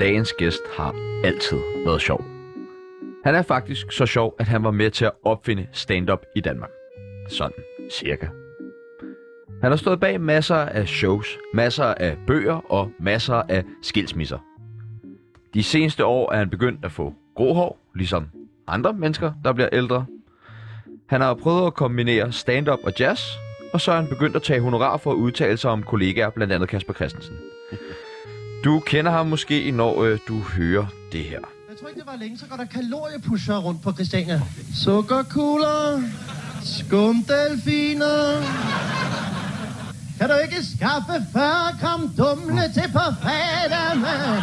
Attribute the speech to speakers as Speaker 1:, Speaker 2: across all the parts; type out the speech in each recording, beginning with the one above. Speaker 1: Dagens gæst har altid været sjov. Han er faktisk så sjov, at han var med til at opfinde stand-up i Danmark. Sådan cirka. Han har stået bag masser af shows, masser af bøger og masser af skilsmisser. De seneste år er han begyndt at få grå hår, ligesom andre mennesker, der bliver ældre. Han har prøvet at kombinere stand-up og jazz, og så er han begyndt at tage honorar for at udtale sig om kollegaer, blandt andet Kasper Christensen. Du kender ham måske, når øh, du hører det her.
Speaker 2: Jeg tror ikke, det var længe, så går der kaloriepusher rundt på Christiania. Sukkerkugler, skumdelfiner. Kan du ikke skaffe 40 gram dumle til på fredag, mand?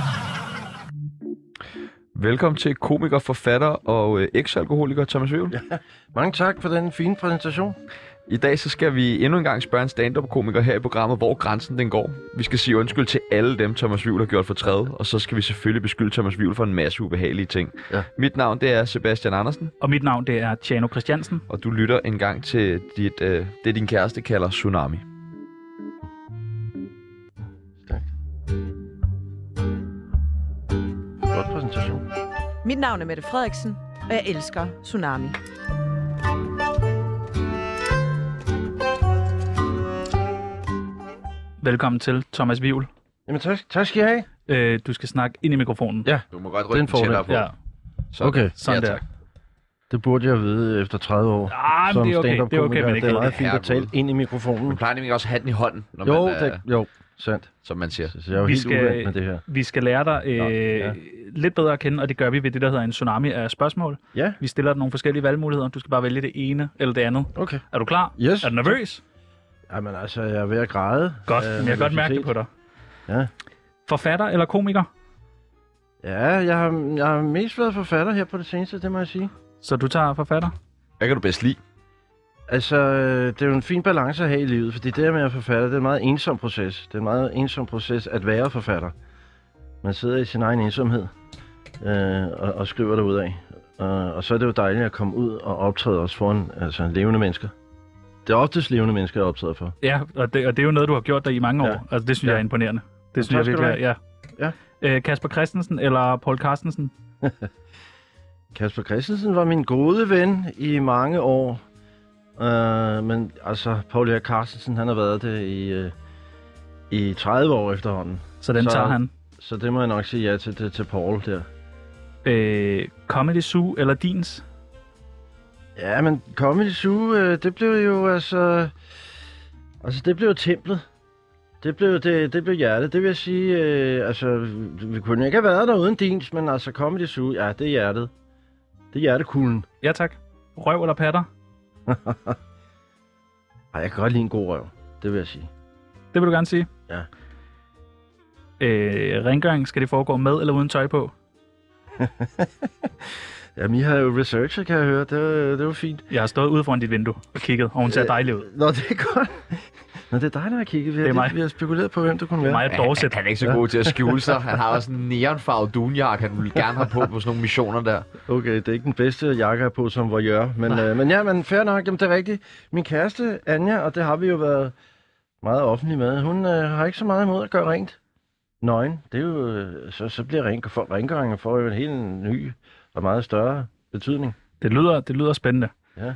Speaker 1: Velkommen til komiker, forfatter og øh, eksalkoholiker Thomas Vivl. Ja.
Speaker 3: Mange tak for den fine præsentation.
Speaker 1: I dag så skal vi endnu en gang spørge en stand-up-komiker her i programmet, hvor grænsen den går. Vi skal sige undskyld til alle dem, Thomas Vivl har gjort for træde, og så skal vi selvfølgelig beskylde Thomas Vivl for en masse ubehagelige ting.
Speaker 3: Ja.
Speaker 1: Mit navn det er Sebastian Andersen,
Speaker 4: Og mit navn det er Tjano Christiansen.
Speaker 1: og du lytter en gang til dit, øh, det, din kæreste kalder Tsunami.
Speaker 3: Godt præsentation.
Speaker 5: Mit navn er Mette Frederiksen, og jeg elsker Tsunami.
Speaker 4: Velkommen til, Thomas Vivl.
Speaker 3: Jamen tak, tak skal I have.
Speaker 4: Øh, du skal snakke ind i mikrofonen.
Speaker 3: Ja,
Speaker 1: Du må godt
Speaker 3: rykke den fordel. tættere på.
Speaker 4: ja.
Speaker 1: Sådan.
Speaker 3: Okay.
Speaker 4: Sådan der.
Speaker 3: Det burde jeg vide efter 30 år.
Speaker 4: Ah, men det er okay, det er okay,
Speaker 3: stand-up-komiker.
Speaker 4: men ikke
Speaker 3: det er meget
Speaker 1: det.
Speaker 3: fint at tale
Speaker 1: Herregud.
Speaker 3: ind i mikrofonen.
Speaker 1: Man plejer nemlig også at have den i hånden, når
Speaker 3: Jo,
Speaker 1: man, øh,
Speaker 3: det, jo, sandt.
Speaker 1: som man siger.
Speaker 3: Så jeg er jo
Speaker 4: Vi
Speaker 3: helt
Speaker 4: skal-
Speaker 3: uvendt med det her.
Speaker 4: Vi skal lære dig øh,
Speaker 3: Nå, ja.
Speaker 4: lidt bedre at kende, og det gør vi ved det, der hedder en tsunami af spørgsmål.
Speaker 3: Ja,
Speaker 4: Vi stiller dig nogle forskellige valgmuligheder. Du skal bare vælge det ene eller det andet.
Speaker 3: okay.
Speaker 4: Er du klar?
Speaker 3: Yes.
Speaker 4: Er du nervøs?
Speaker 3: Jamen altså, jeg er ved at græde.
Speaker 4: Godt,
Speaker 3: af
Speaker 4: øh, jeg kan godt mærke det på dig.
Speaker 3: Ja.
Speaker 4: Forfatter eller komiker?
Speaker 3: Ja, jeg har, jeg har mest været forfatter her på det seneste, det må jeg sige.
Speaker 4: Så du tager forfatter?
Speaker 1: Hvad kan du bedst lide?
Speaker 3: Altså, øh, det er jo en fin balance at have i livet, fordi det der med at forfatter, det er en meget ensom proces. Det er en meget ensom proces at være forfatter. Man sidder i sin egen ensomhed øh, og, og skriver derud af. Øh, Og, og så er det jo dejligt at komme ud og optræde også foran altså, levende mennesker. Det er oftest levende mennesker, jeg optræder for.
Speaker 4: Ja, og det, og det er jo noget, du har gjort dig i mange år.
Speaker 3: Ja.
Speaker 4: Altså, det synes
Speaker 3: Ja.
Speaker 4: jeg er imponerende. Det synes
Speaker 3: tak
Speaker 4: jeg
Speaker 3: skal du
Speaker 4: virkelig er, ja.
Speaker 3: Ja.
Speaker 4: Øh, Kasper Christensen eller Paul Carstensen?
Speaker 3: Kasper Christensen var min gode ven i mange år. Uh, men altså, Paul Erik Carstensen, han har været det i, uh, i 30 år efterhånden.
Speaker 4: Så den
Speaker 3: Så-
Speaker 4: så... tager han.
Speaker 3: Så det må jeg nok sige ja til, til, til Paul der.
Speaker 4: Øh, Comedy Zoo eller Dins?
Speaker 3: Ja, men Comedy Zoo, øh, det blev jo altså... Altså, det blev templet. Det blev, det, det blev hjertet. Det vil jeg sige, øh, altså, vi- vi kunne ikke have været der uden dins, men altså Comedy Zoo, ja, det er hjertet. Det er hjertekuglen.
Speaker 4: Ja tak. Røv eller patter?
Speaker 3: Ej, jeg kan godt lide en god røv. Det vil jeg sige.
Speaker 4: Det vil du gerne sige.
Speaker 3: Ja.
Speaker 4: Øh, rengøring, skal det foregå med eller uden tøj på?
Speaker 3: Jamen, I har jo researchet, kan jeg høre. Det, var- det var fint.
Speaker 4: Jeg har stået ude foran dit vindue og kigget, og hun ser
Speaker 3: Øh,
Speaker 4: dejlig ud.
Speaker 3: Nå, det er godt. Nå, det er dig, der har kigget. Vi har,
Speaker 4: Det er mig.
Speaker 3: lige- Vi har spekuleret på, hvem du kunne være.
Speaker 4: Mig et
Speaker 1: Han, han,
Speaker 4: dårsæt.
Speaker 1: han er øh, ikke så god til at skjule sig. Han har også en neonfarvet dunjakke, han vil gerne have på på sådan nogle missioner der.
Speaker 3: Okay, det er ikke den bedste jakke her på som voyeur, men, øh, men ja, men fair nok, jamen, det er rigtigt. Min kæreste, Anja, og det har vi jo været meget offentlig med, hun øh, har ikke så meget imod at gøre rent. Nøgen, det er jo, øh, så, så bliver reng- for, rengøringen får jo en helt ny og meget større betydning.
Speaker 4: Det lyder, det lyder spændende.
Speaker 3: Ja.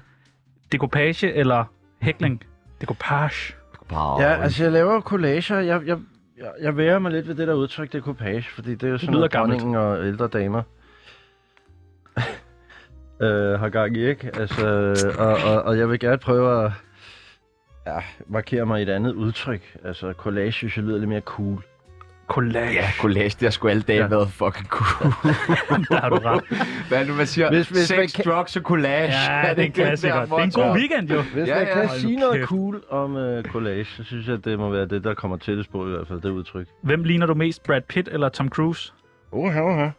Speaker 4: Dekopage eller hækling? Dekopage.
Speaker 1: Bare, øh,
Speaker 3: Ja, altså jeg laver jo collager, jeg, jeg, jeg, jeg værer mig lidt ved det der udtryk, det er coupage, fordi det er jo sådan
Speaker 4: lyder
Speaker 3: noget,
Speaker 4: gammelt.
Speaker 3: dronningen og ældre damer øh, har gang i, ikke? Altså, og, og, og jeg vil gerne prøve at ja, markere mig i et andet udtryk. Altså collage synes jeg lyder lidt mere cool.
Speaker 4: Collage.
Speaker 1: Ja, collage, det har sgu alle dage
Speaker 3: Ja.
Speaker 1: ja. været fucking cool.
Speaker 4: Der har du ret.
Speaker 1: Hvad er det, man siger?
Speaker 3: Hvis- hvis
Speaker 1: Sex,
Speaker 3: man kan-
Speaker 1: drugs og collage.
Speaker 4: Ja, det er en klassiker. Det er en god weekend, jo.
Speaker 3: Hvis
Speaker 1: Ja,
Speaker 3: ja, man
Speaker 1: ja.
Speaker 3: kan
Speaker 4: Hold
Speaker 3: sige
Speaker 4: nu
Speaker 3: noget
Speaker 4: kæft.
Speaker 3: cool om øh, collage, så synes jeg, at det må være det, der kommer tættest på i hvert fald, det udtryk.
Speaker 4: Hvem ligner du mest, Brad Pitt eller Tom Cruise?
Speaker 3: Oha, oha. Jeg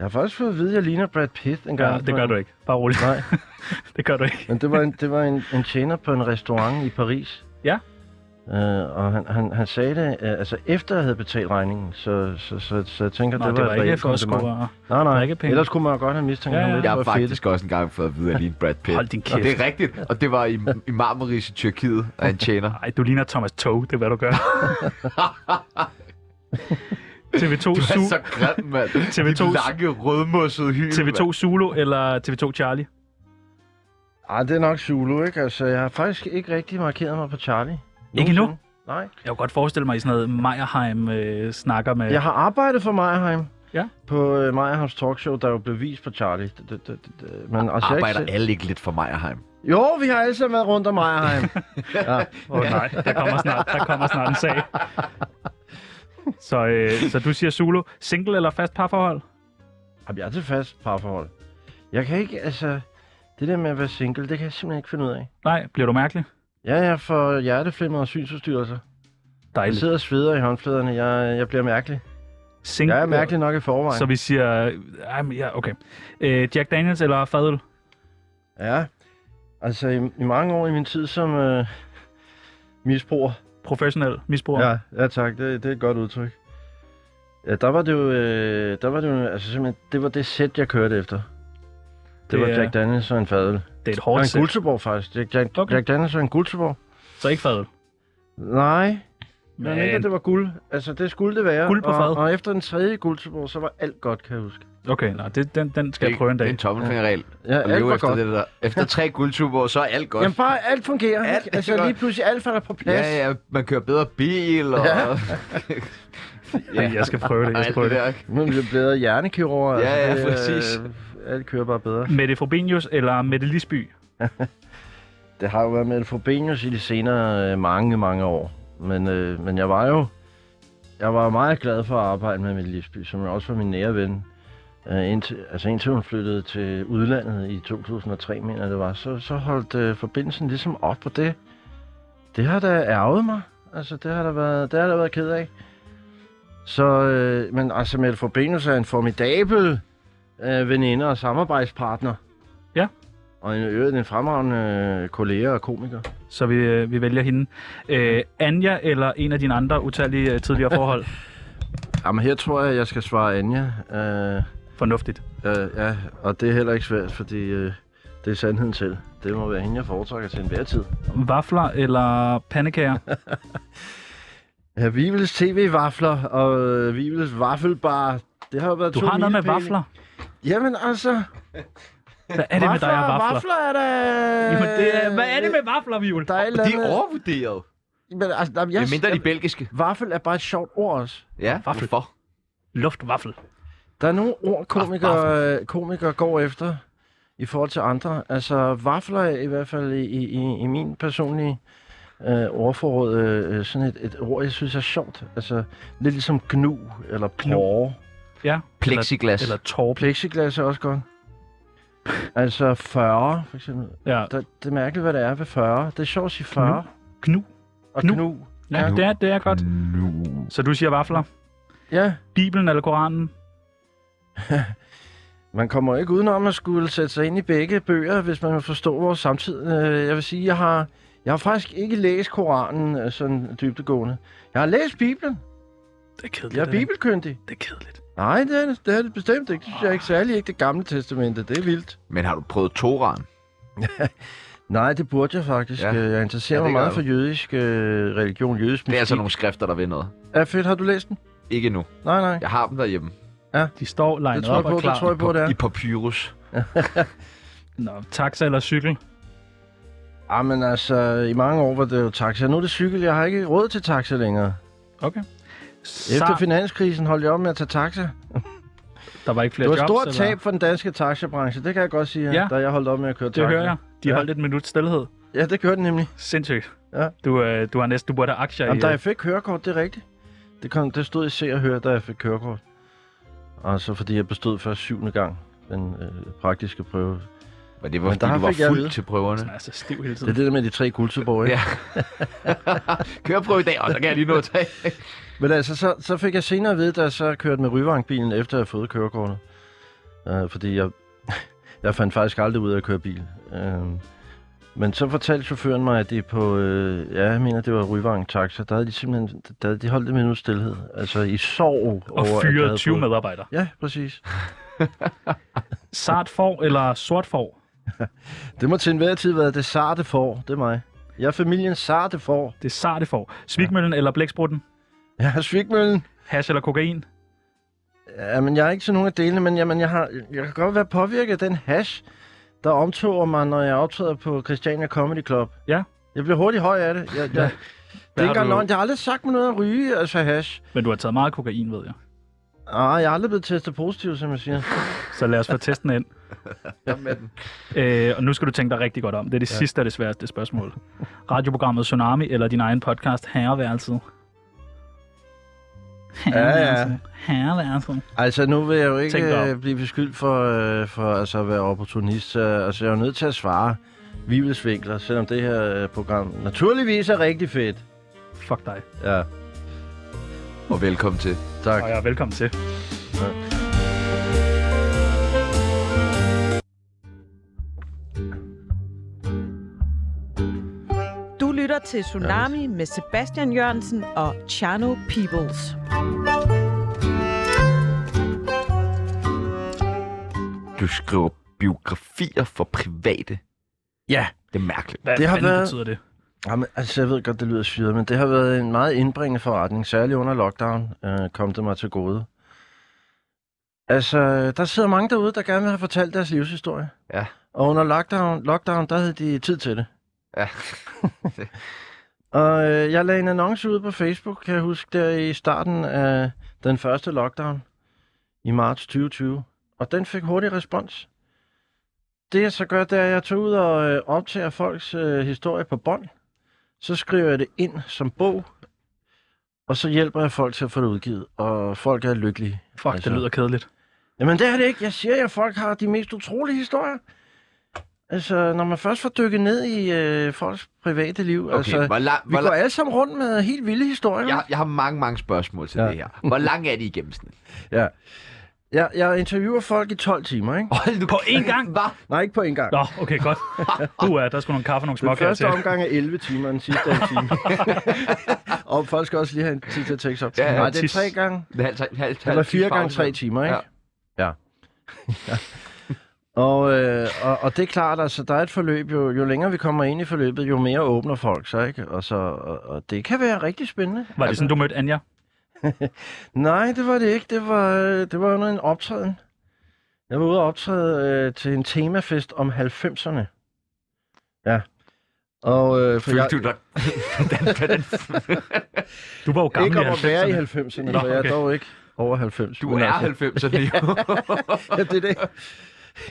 Speaker 3: har faktisk fået at vide, at jeg ligner Brad Pitt en gang.
Speaker 4: Ja, det gør du ikke. Bare rolig.
Speaker 3: Nej.
Speaker 4: Det gør du ikke.
Speaker 3: Men det var en, det var en, en tjener på en restaurant i Paris.
Speaker 4: Ja.
Speaker 3: Øh, og han, han, han sagde det, øh, altså efter jeg havde betalt regningen, så, så, så, så jeg tænker,
Speaker 4: Nå,
Speaker 3: det, var et
Speaker 4: ikke
Speaker 3: reelt
Speaker 4: for at
Speaker 3: kompliment.
Speaker 4: score.
Speaker 3: Nej,
Speaker 4: det var
Speaker 3: nej,
Speaker 4: ikke penge.
Speaker 3: ellers kunne man jo godt have mistænkt
Speaker 4: Ja,
Speaker 3: ham
Speaker 4: ja.
Speaker 3: lidt
Speaker 1: Jeg har
Speaker 3: for fedt.
Speaker 1: faktisk også engang fået at vide, at lige Brad Pitt.
Speaker 4: Hold din
Speaker 1: Og det
Speaker 4: kæft.
Speaker 1: er rigtigt. Og det var i, i Marmaris i Tyrkiet, og han tjener.
Speaker 4: Nej, du ligner Thomas Tog, det er hvad du gør. TV2
Speaker 1: Du er
Speaker 4: Zulu,
Speaker 1: så grim, mand.
Speaker 4: TV2
Speaker 1: Dit lange, rødmossede hyl.
Speaker 4: TV2 Zulu eller TV2 Charlie?
Speaker 3: Ej, det er nok Zulu, ikke? Altså, jeg har faktisk ikke rigtig markeret mig på Charlie.
Speaker 4: Ikke endnu?
Speaker 3: Nogensinde. Nej.
Speaker 4: Jeg kunne godt forestille mig, at I sådan noget Meierheim øh, snakker med...
Speaker 3: Jeg har arbejdet for Meyerheim.
Speaker 4: Ja.
Speaker 3: På øh, Meyerheims talkshow, der jo blev vist på Charlie. Det, det, det, det, men altså, jeg har
Speaker 1: Arbejder
Speaker 3: ikke
Speaker 1: alle ikke lidt for Meierheim?
Speaker 3: selv- Jo, vi har alle sammen været rundt om Meyerheim. ja.
Speaker 4: Åh oh, nej, der kommer, snart, der kommer snart en sag. Så, øh, så du siger Zulu, single eller fast parforhold?
Speaker 3: Jamen, jeg er til fast parforhold. Jeg kan ikke, altså... Det der med at være single, det kan jeg simpelthen ikke finde ud af.
Speaker 4: Nej, bliver du mærkelig?
Speaker 3: Ja, jeg får hjerteflimmer og synsforstyrrelser. Jeg
Speaker 4: Dejligt.
Speaker 3: sidder og sveder i håndfladerne. Jeg, jeg bliver mærkelig.
Speaker 4: Single,
Speaker 3: Jeg er mærkelig nok i forvejen.
Speaker 4: Så vi siger... øh, Ej, men ja, okay. Øh, Jack Daniels eller fadøl?
Speaker 3: Ja. Altså, i, i mange år i min tid som øh, misbruger,
Speaker 4: Professionel misbruger?
Speaker 3: Ja, ja tak. Det, det er et godt udtryk. Ja, der var det jo, øh, der var det jo, altså simpelthen, det var det sæt, jeg kørte efter. Det,
Speaker 4: Det
Speaker 3: var
Speaker 4: er-
Speaker 3: Jack Daniels og en fadøl.
Speaker 4: Det er et
Speaker 3: Og
Speaker 4: hårdt
Speaker 3: en
Speaker 4: sæt,
Speaker 3: Guldsborg faktisk. Jack, Jack,
Speaker 4: Okay.
Speaker 3: okay. Jack Daniels og en Guldsborg.
Speaker 4: så ikke fadøl.
Speaker 3: Nej, men ikke, at
Speaker 4: Men,
Speaker 3: det var guld. Altså, det skulle det være.
Speaker 4: Guld på
Speaker 3: og,
Speaker 4: fad.
Speaker 3: og efter den tredje Guldsborg, så var alt godt, kan jeg huske.
Speaker 4: okay, nej, det, den, den skal jeg prøve en
Speaker 1: Det er
Speaker 4: dag.
Speaker 1: en tommelfingerregel.
Speaker 3: Ja,
Speaker 1: At
Speaker 3: alt
Speaker 1: leve
Speaker 3: var
Speaker 1: efter
Speaker 3: godt.
Speaker 1: det der. Efter tre guldtuber, så er alt godt.
Speaker 3: Jamen bare alt fungerer.
Speaker 1: Alt
Speaker 3: Alt,
Speaker 1: er
Speaker 3: altså lige
Speaker 1: godt.
Speaker 3: pludselig alt falder på plads.
Speaker 1: Ja, ja, man kører bedre bil, og...
Speaker 3: Ja.
Speaker 4: Ja, jeg skal prøve
Speaker 1: og
Speaker 4: det, jeg skal
Speaker 1: alt
Speaker 4: prøve
Speaker 1: det
Speaker 4: det.
Speaker 1: der, ikke?
Speaker 3: Man bliver bedre hjernekirurger.
Speaker 1: Ja,
Speaker 3: altså,
Speaker 1: ja,
Speaker 3: det,
Speaker 1: præcis.
Speaker 3: Øh, alt kører bare bedre.
Speaker 4: Mette Frobenius eller Mette Lisby?
Speaker 3: Det har jo været med Frobenius i de senere øh, mange, mange år. Men, øh, men jeg var jo jeg var meget glad for at arbejde med Mette Lisby, som jo også var min nære ven. Øh, indtil, altså indtil hun flyttede til udlandet i 2003, mener jeg det var, så, så holdt øh, forbindelsen ligesom op, og det, det har da ærget mig. Altså, det har der været, det har der været ked af. Så, øh, men altså, Mette Frobenius er en formidabel øh, veninde og samarbejdspartner. Og i øvrigt en fremragende øh, kollega og komiker.
Speaker 4: Så vi, øh, vi vælger hende. Øh, Anja eller en af dine andre utallige øh, tidligere forhold?
Speaker 3: Jamen her tror jeg, jeg skal svare Anja. Øh,
Speaker 4: Fornuftigt.
Speaker 3: øh, ja, og det er heller ikke svært, fordi øh, det er sandheden selv. Det må være hende, jeg foretrækker til enhver tid.
Speaker 4: Vafler eller pandekager?
Speaker 3: Ja, Vibels TV-vafler og øh, Vibels vaffelbar. Det har jo været
Speaker 4: Du
Speaker 3: to
Speaker 4: har noget med
Speaker 3: milepæle.
Speaker 4: vafler.
Speaker 3: Jamen altså,
Speaker 4: Hvad er det med dig og vafler?
Speaker 3: vafler er da... øh,
Speaker 4: Jamen, det er, hvad er det med vafler, Vivl?
Speaker 3: Der er et eller
Speaker 1: De er
Speaker 3: andet-
Speaker 1: overvurderet.
Speaker 3: Men altså, jamen, jeg,
Speaker 1: Det er mindre de belgiske.
Speaker 3: Vaffel er bare et sjovt ord også.
Speaker 1: Ja,
Speaker 4: Vaffel.
Speaker 1: hvorfor?
Speaker 4: Luftvaffel.
Speaker 3: Der er nogle ord,
Speaker 4: ah,
Speaker 3: komikere, komikere går efter i forhold til andre. Altså, vafler er i hvert fald i, i, i- i min personlige øh, ordforråd øh, øh, sådan et, et ord, jeg synes er sjovt. Altså, lidt ligesom gnu eller porre.
Speaker 4: Ja.
Speaker 1: Plexiglas.
Speaker 4: Eller, eller torp.
Speaker 3: Plexiglas er også godt. Altså 40, for eksempel.
Speaker 4: Ja.
Speaker 3: Der, det er mærkeligt, hvad det er ved 40. Det er sjovt at sige 40.
Speaker 4: Gnu.
Speaker 3: Og
Speaker 4: Gnu.
Speaker 3: gnu. gnu.
Speaker 4: Ja, det er, det er godt. Så du siger vafler.
Speaker 3: Ja,
Speaker 4: Bibelen eller Koranen?
Speaker 3: Man kommer jo ikke udenom at skulle sætte sig ind i begge bøger, hvis man vil forstå vores samtid. Øh, Jeg vil sige, jeg har, jeg har faktisk ikke læst Koranen øh, sådan dybtegående. Jeg har læst Bibelen.
Speaker 4: Det er kedeligt.
Speaker 3: Jeg er
Speaker 4: det der.
Speaker 3: bibelkyndig.
Speaker 4: Det er kedeligt.
Speaker 3: Nej, det er det, det, er det bestemt ikke. Det synes jeg ikke. Særlig ikke det gamle testamente. Det er vildt.
Speaker 1: Men har du prøvet Toran?
Speaker 3: Nej, det burde jeg faktisk.
Speaker 1: Ja.
Speaker 3: Ja. Jeg interesserer
Speaker 1: Ja,
Speaker 3: ja,
Speaker 1: det
Speaker 3: mig
Speaker 1: gør
Speaker 3: meget
Speaker 1: du.
Speaker 3: for jødisk øh, religion, jødisk
Speaker 1: Det er
Speaker 3: mystik.
Speaker 1: altså nogle skrifter, der ved noget.
Speaker 3: Er fedt, har du læst den?
Speaker 1: Ikke nu.
Speaker 3: Nej, nej.
Speaker 1: Jeg har dem derhjemme.
Speaker 4: De står
Speaker 3: Det
Speaker 4: legnet
Speaker 3: tror jeg
Speaker 4: op
Speaker 3: på,
Speaker 4: og
Speaker 3: det
Speaker 4: klar.
Speaker 3: tror jeg på, det er.
Speaker 1: I papyrus.
Speaker 4: Nå, taxa eller cykel?
Speaker 3: Jamen altså, i mange år var det jo taxa. Nu er det cykel. Jeg har ikke råd til taxa længere.
Speaker 4: Okay.
Speaker 3: Efter
Speaker 4: Sar,
Speaker 3: finanskrisen holdt jeg op med at tage taxa.
Speaker 4: der var ikke flere
Speaker 3: Det var et
Speaker 4: jobs.
Speaker 3: stort
Speaker 4: eller-
Speaker 3: tab for den danske taxabranche, det kan jeg godt sige,
Speaker 4: Ja.
Speaker 3: ja. da jeg holdt op med at køre taxa.
Speaker 4: Det hører jeg. De
Speaker 3: Ja.
Speaker 4: holdt et minut stillhed.
Speaker 3: Ja, det gjorde den nemlig.
Speaker 4: Sindssygt.
Speaker 3: Ja.
Speaker 4: Du, øh, du har næsten, du burde have aktier
Speaker 3: Jamen, da
Speaker 4: i...
Speaker 3: jeg fik kørekort, det er rigtigt. Det, kom, det stod i se og høre, da jeg fik kørekort. Og så fordi jeg bestod først syvende gang den øh, praktiske prøve.
Speaker 1: Men det var,
Speaker 3: Men
Speaker 1: fordi
Speaker 3: der
Speaker 1: du var
Speaker 3: fik jeg at
Speaker 1: fuld
Speaker 3: vide.
Speaker 1: til prøverne.
Speaker 4: øh, Altså, stiv hele
Speaker 3: Det er
Speaker 4: tiden.
Speaker 3: det der med de tre guldseborg, ikke?
Speaker 1: Ja. Køreprøve i dag, og så kan jeg lige nå at tage.
Speaker 3: Men altså, så, så fik jeg senere at vide, da jeg så kørte med Ryvangbilen, efter jeg havde fået kørekortet. Øh, fordi jeg, jeg fandt faktisk aldrig ud af at køre bil. Øh, Men så fortalte chaufføren mig, at de på, øh, ja, jeg mener, det var Ryvang Taxa, der havde de simpelthen, der havde de holdt en minut stillhed. Altså i sorg
Speaker 4: Og
Speaker 3: over... at jeg havde
Speaker 4: fyret 20
Speaker 3: fået-
Speaker 4: medarbejdere.
Speaker 3: Ja, præcis.
Speaker 4: Sart får eller sort får?
Speaker 3: Det må til enhver tid være det sarte får, det er mig. Jeg er familien sarte får.
Speaker 4: Det er sarte får. Svigmøllen eller blæksprutten?
Speaker 3: Jeg er svigmøllen.
Speaker 4: Hash eller kokain?
Speaker 3: Jamen, jeg er ikke til nogen af delene, men jamen, jeg, har, jeg kan godt være påvirket af den hash, der omtoger mig, når jeg optræder på Christiania Comedy Club.
Speaker 4: Ja.
Speaker 3: Jeg bliver hurtigt høj af det. Jeg, jeg, ja. Det er
Speaker 4: Hvad har
Speaker 3: ikke engang
Speaker 4: du-
Speaker 3: løgn. Jeg har aldrig sagt mig noget at ryge, altså hash.
Speaker 4: Men du har taget meget kokain, ved jeg.
Speaker 3: Ah, jeg er aldrig blevet testet positiv, som jeg siger.
Speaker 4: Så lad os få testen ind. Øh, og nu skal du tænke dig rigtig godt om. Det er det ja. sidste og det sværeste spørgsmål. Radioprogrammet Tsunami eller din egen podcast Herreværelset? Herreværelset. Herreværelset.
Speaker 3: Altså, nu vil jeg jo ikke
Speaker 4: Tænk dig om.
Speaker 3: øh, blive beskyldt for, øh, for altså, at være opportunist. Øh, altså, jeg er jo nødt til at svare vivelsvinkler, selvom det her øh, program naturligvis er rigtig fedt.
Speaker 4: Fuck dig.
Speaker 3: Ja,
Speaker 1: Og velkommen til.
Speaker 3: tak.
Speaker 4: Og jeg er velkommen til.
Speaker 5: Du lytter til Tsunami med Sebastian Jørgensen og Chano Peoples.
Speaker 6: Du skriver biografier for private.
Speaker 3: Ja.
Speaker 6: Det er mærkeligt.
Speaker 4: Hvad
Speaker 3: Det har
Speaker 4: fanden
Speaker 3: været-
Speaker 4: betyder det?
Speaker 3: Jamen, altså, jeg ved godt, det lyder syret, men det har været en meget indbringende forretning, særligt under lockdown, øh, kom det mig til gode. Altså, der sidder mange derude, der gerne vil have fortalt deres livshistorie.
Speaker 1: Ja.
Speaker 3: Og under lockdown, lockdown der havde de tid til det.
Speaker 1: Ja.
Speaker 3: og øh, jeg lagde en annonce ud på Facebook, kan jeg huske, der i starten af den første lockdown i marts 2020. Og den fik hurtig respons. Det jeg så gør, det er, at jeg tager ud og øh, optager folks øh, historie på bånd. Så skriver jeg det ind som bog, og så hjælper jeg folk til at få det udgivet, og folk er lykkelige.
Speaker 4: Fuck, altså.
Speaker 3: Altså.
Speaker 4: det lyder kedeligt.
Speaker 3: Jamen det er det ikke. Jeg siger, at folk har de mest utrolige historier. Altså, når man først får dykket ned i øh, folks private liv, okay, altså,
Speaker 1: Okay, hvor, la-
Speaker 3: vi
Speaker 1: hvor,
Speaker 3: går
Speaker 1: la-
Speaker 3: alle sammen rundt med helt vilde historier.
Speaker 1: jeg, jeg har mange, mange spørgsmål til
Speaker 3: Ja.
Speaker 1: det her. Hvor lang er de i gennemsnit?
Speaker 3: Jeg, jeg interviewer folk i 12 timer, ikke?
Speaker 1: Hold nu
Speaker 4: På én gang?
Speaker 1: Hvad?
Speaker 3: Nej, ikke på en gang.
Speaker 4: Nå, okay, godt. Du er, der skulle nogle kaffe og
Speaker 3: Den
Speaker 4: nogle småkager til.
Speaker 3: første omgang er 11 timer, og den sidste er en time. og folk skal også lige have en tid til at tænke sig op.
Speaker 1: Ja, ja,
Speaker 3: Nej, det er
Speaker 4: tis.
Speaker 3: tre gange.
Speaker 1: Halv, halv, halv,
Speaker 3: Eller fire gange tre timer, ikke? Ja. ja. Og, øh, og, og det er klart, altså, der er et forløb, jo, jo længere vi kommer ind i forløbet, jo mere åbner folk sig, ikke? Og, så, og, og det kan være rigtig spændende.
Speaker 4: Var det sådan, du mødte Anja?
Speaker 3: Nej, det var det ikke. Det var, øh, det var under en optræden. Jeg var ude og optræde øh, til en temafest om 90'erne. Ja. Og, øh, for
Speaker 6: Følte
Speaker 3: jeg,
Speaker 6: du dig?
Speaker 4: Du var jo gammel
Speaker 3: ikke om at være i
Speaker 4: 90'erne.
Speaker 3: 90'erne,
Speaker 4: Nå,
Speaker 3: for jeg
Speaker 4: okay.
Speaker 3: er dog ikke over 90.
Speaker 1: Du
Speaker 3: men
Speaker 1: er
Speaker 3: altså-
Speaker 1: 90'erne jo.
Speaker 3: ja, det er det.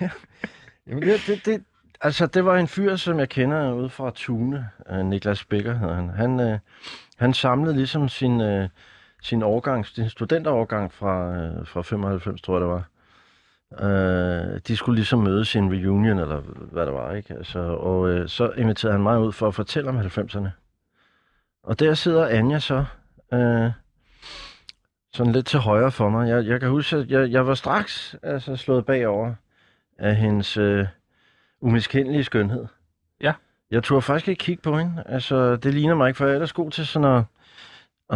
Speaker 3: Ja. Jamen, det, det, det, altså, det var en fyr, som jeg kender ude fra Tune. Øh, Niklas Becker hedder han. Han, øh, han samlede ligesom sin, øh, sin årgang, sin studenterårgang fra, øh, fra 95, tror jeg, det var. Øh, de skulle ligesom mødes i en reunion, eller hvad det var, ikke? Altså, og øh, så inviterede han mig ud for at fortælle om 90'erne. Og der sidder Anja så, øh, sådan lidt til højre for mig. Jeg, jeg kan huske, at jeg, jeg var straks altså, slået bagover af hendes øh, umiskendelige skønhed.
Speaker 4: Ja.
Speaker 3: Jeg turde faktisk ikke kigge på hende. Altså, det ligner mig ikke, for jeg er ellers god til sådan at,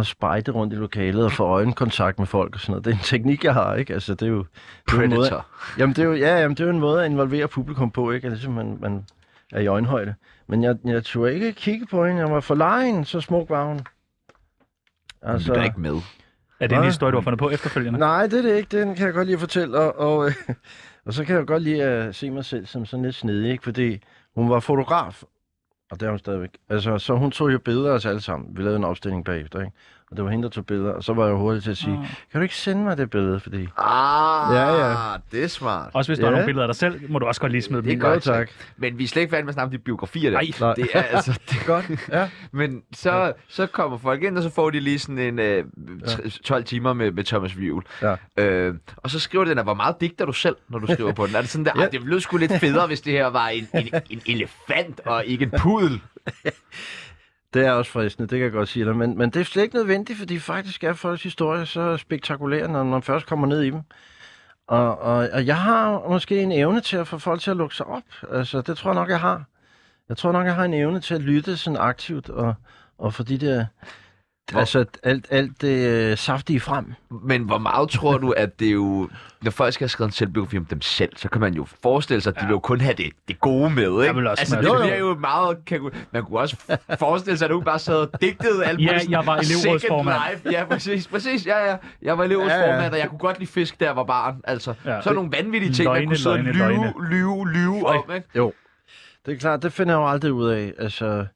Speaker 3: at spejde rundt i lokalet og få øjenkontakt med folk og sådan noget. Det er en teknik, jeg har, ikke? Altså, det er jo... det er jo en måde-
Speaker 1: Predator.
Speaker 3: Jamen, det er jo, ja, jamen, det er jo en måde at involvere publikum på, ikke? Altså, man, man er i øjenhøjde. Men jeg, jeg turde ikke kigge på hende. Jeg var for lejen, så smuk var hun.
Speaker 1: Du er ikke med.
Speaker 4: Er det en
Speaker 3: Hvad?
Speaker 4: historie, du har fundet på efterfølgende?
Speaker 3: Nej, det er det ikke. Den kan jeg godt lide at fortælle. Og, og, øh, og så kan jeg godt lide at se mig selv som sådan lidt snedig, ikke? fordi hun var fotograf. Og det er hun stadigvæk. Altså, så hun tog jo billeder af os alle sammen. Vi lavede en opstilling bagefter, ikke? Og det var hende, der tog billeder. Og så var jeg hurtig til at sige,
Speaker 4: Ah.
Speaker 3: kan du ikke sende mig det billede? Fordi...
Speaker 1: Ah,
Speaker 3: Ja, ja.
Speaker 1: det er smart.
Speaker 4: Også hvis der er
Speaker 3: Ja.
Speaker 4: nogle billeder af dig selv, må du også godt lige smide dem
Speaker 1: Det
Speaker 4: ind.
Speaker 1: er godt.
Speaker 3: Jo, tak.
Speaker 1: Men vi er slet ikke færdige med at snakke om de biografier der.
Speaker 4: Ej.
Speaker 3: Nej.
Speaker 1: Det er altså... Det...
Speaker 3: Godt. Ja.
Speaker 1: Men så, så kommer folk ind, og så får de lige sådan en øh, tre- 12 timer med, med Thomas Vivel.
Speaker 3: Ja.
Speaker 1: Øh, og så skriver den, at hvor meget digter du selv, når du skriver på den? Er det sådan der, ja. det lød sgu lidt federe, hvis det her var en, en, en elefant og ikke en pudel.
Speaker 3: Det er også fristende, det kan jeg godt sige dig. Men, men det er slet ikke nødvendigt, fordi faktisk er folks historie så spektakulær, når man først kommer ned i dem. Og, og, og jeg har måske en evne til at få folk til at lukke sig op. Altså, det tror jeg nok, jeg har. Jeg tror nok, jeg har en evne til at lytte sådan aktivt og, og få de der...
Speaker 1: Hvor-
Speaker 3: Altså alt, alt det øh, saftige frem.
Speaker 1: Men hvor meget tror du, at det er jo... Når folk skal have skrevet en selvbiografi om dem selv, så kan man jo forestille sig, at de vil jo kun have det, det gode med, ikke?
Speaker 4: Jeg vil også
Speaker 1: altså,
Speaker 4: med-
Speaker 1: det
Speaker 4: Jo, jo.
Speaker 1: bliver jo meget... Kan, man kunne også f- forestille sig, at du bare sad og digtede alt
Speaker 4: Ja,
Speaker 1: muligt sådan,
Speaker 4: jeg var
Speaker 1: Second
Speaker 4: elevrådsformand.
Speaker 1: Life. Ja, præcis, præcis. Ja, ja. Jeg var elevrådsformand,
Speaker 3: Ja, ja.
Speaker 1: og jeg kunne godt lide fisk, da jeg var barn. Altså,
Speaker 4: Ja.
Speaker 1: ja. så er nogle vanvittige ting, man
Speaker 4: Løgne,
Speaker 1: kunne sidde og lyve,
Speaker 4: løgne, løgne.
Speaker 1: lyve, lyve om, ikke?
Speaker 3: Jo. Det er klart, det finder jeg jo aldrig ud af. Altså,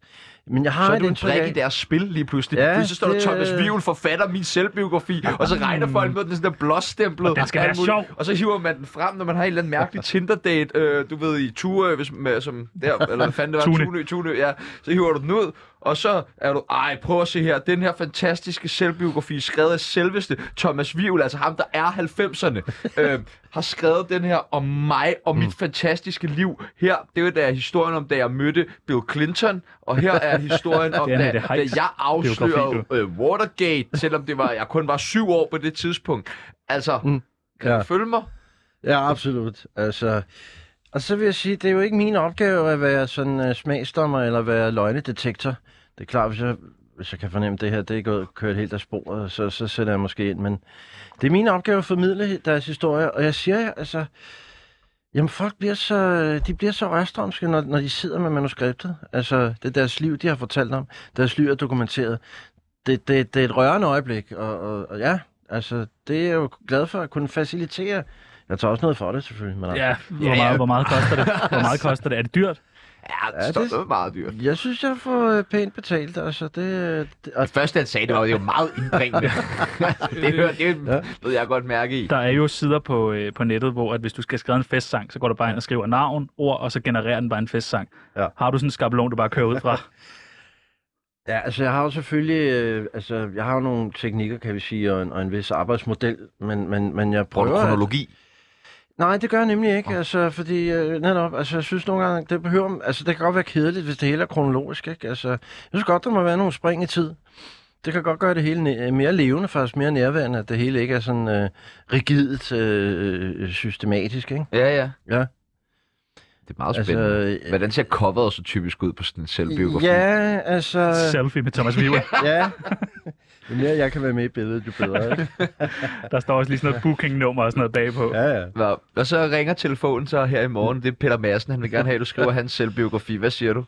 Speaker 3: men jeg har
Speaker 1: Så er
Speaker 3: et
Speaker 1: du en
Speaker 3: indtryk
Speaker 1: brik
Speaker 3: af-
Speaker 1: i deres spil lige pludselig.
Speaker 3: Ja,
Speaker 1: Ja, pludselig står der
Speaker 3: det-
Speaker 1: Thomas Vivel, forfatter min selvbiografi, og så regner folk med at den er sådan der blåstemplet.
Speaker 4: Og den skal
Speaker 1: alt
Speaker 4: være
Speaker 1: muligt.
Speaker 4: sjov.
Speaker 1: Og så hiver man den frem, når man har en eller anden mærkelig Tinder-date, øh, du ved, i Ture, hvis, med, som der, eller hvad fanden det var,
Speaker 4: Tune.
Speaker 1: Tunø, Tunø, ja. Så hiver du den ud, og så er du, ej, prøv at se her, den her fantastiske selvbiografi, skrevet af selveste Thomas Vivel, altså ham, der er 90'erne, øh, har skrevet den her om mig og mit mm. fantastiske liv. Her, det er der historien om, da jeg mødte Bill Clinton, og her er historien om,
Speaker 4: Det er
Speaker 1: da,
Speaker 4: Annette
Speaker 1: da
Speaker 4: Heiks
Speaker 1: jeg afslørede
Speaker 4: biografi,
Speaker 1: øh, Watergate, selvom det var, jeg kun var syv år på det tidspunkt. Altså, mm. kan
Speaker 3: Ja.
Speaker 1: ja. du følge mig?
Speaker 3: Ja, absolut. Altså, og så vil jeg sige, det er jo ikke min opgave at være sådan uh, smagsdommer eller være løgnedetektor. Det er klart, hvis jeg, hvis jeg kan fornemme det her, det er gået kørt helt af sporet, så, så sætter jeg måske ind. Men det er min opgave at formidle deres historie, og jeg siger, jer, altså, jamen folk bliver så, de bliver så rørstrømske, når, når de sidder med manuskriptet. Altså, det er deres liv, de har fortalt om. Deres liv er dokumenteret. Det, det, det er et rørende øjeblik, og, og, og ja, altså, det er jeg jo glad for at kunne facilitere. Jeg tager også noget for det, selvfølgelig. Men altså.
Speaker 4: Ja, hvor meget, hvor meget koster det? Hvor meget koster det? Er det dyrt?
Speaker 1: Ja,
Speaker 3: Ja,
Speaker 1: det
Speaker 3: det-
Speaker 1: står det... meget dyrt.
Speaker 3: Jeg synes, jeg får øh, pænt betalt, altså det... øh, det og,
Speaker 1: Det første, han sagde, det var jo meget indbringende. det hører, det ja. ved jeg godt mærke i.
Speaker 4: Der er jo sider på, øh, på nettet, hvor at hvis du skal skrive en festsang, så går du bare ind og skriver navn, ord, og så genererer den bare en festsang.
Speaker 3: Ja.
Speaker 4: Har du sådan en skabelon, du bare kører ud fra?
Speaker 3: ja, altså jeg har jo selvfølgelig... Øh, altså, jeg har jo nogle teknikker, kan vi sige, og en, og en vis arbejdsmodel, men, men, men jeg
Speaker 1: Bruger du
Speaker 3: prøver... at-
Speaker 1: kronologi?
Speaker 3: Nej, det gør jeg nemlig ikke, altså, fordi øh, netop, altså, jeg synes nogle gange, det behøver, altså, det kan godt være kedeligt, hvis det hele er kronologisk, ikke? Altså, jeg synes godt, der må være nogle spring i tid. Det kan godt gøre det hele næ- mere levende, faktisk mere nærværende, at det hele ikke er sådan øh, rigidt øh, øh, systematisk, ikke?
Speaker 1: Ja, ja.
Speaker 3: Ja.
Speaker 1: Det er meget
Speaker 3: Altså,
Speaker 1: spændende.
Speaker 3: øh,
Speaker 1: Altså, Hvordan ser coveret så typisk ud på sådan en selvbiografi?
Speaker 3: Ja, altså...
Speaker 4: Selfie med Thomas Viver.
Speaker 3: ja. Jo mere jeg kan være med i billedet, jo bedre. Ikke?
Speaker 4: Der står også lige sådan noget booking-nummer og sådan noget bagpå. Ja.
Speaker 3: Ja, ja.
Speaker 1: Nå, og så ringer telefonen så her i morgen. Det er Peter Madsen. Han vil gerne have, at du skriver hans selvbiografi. Hvad siger du?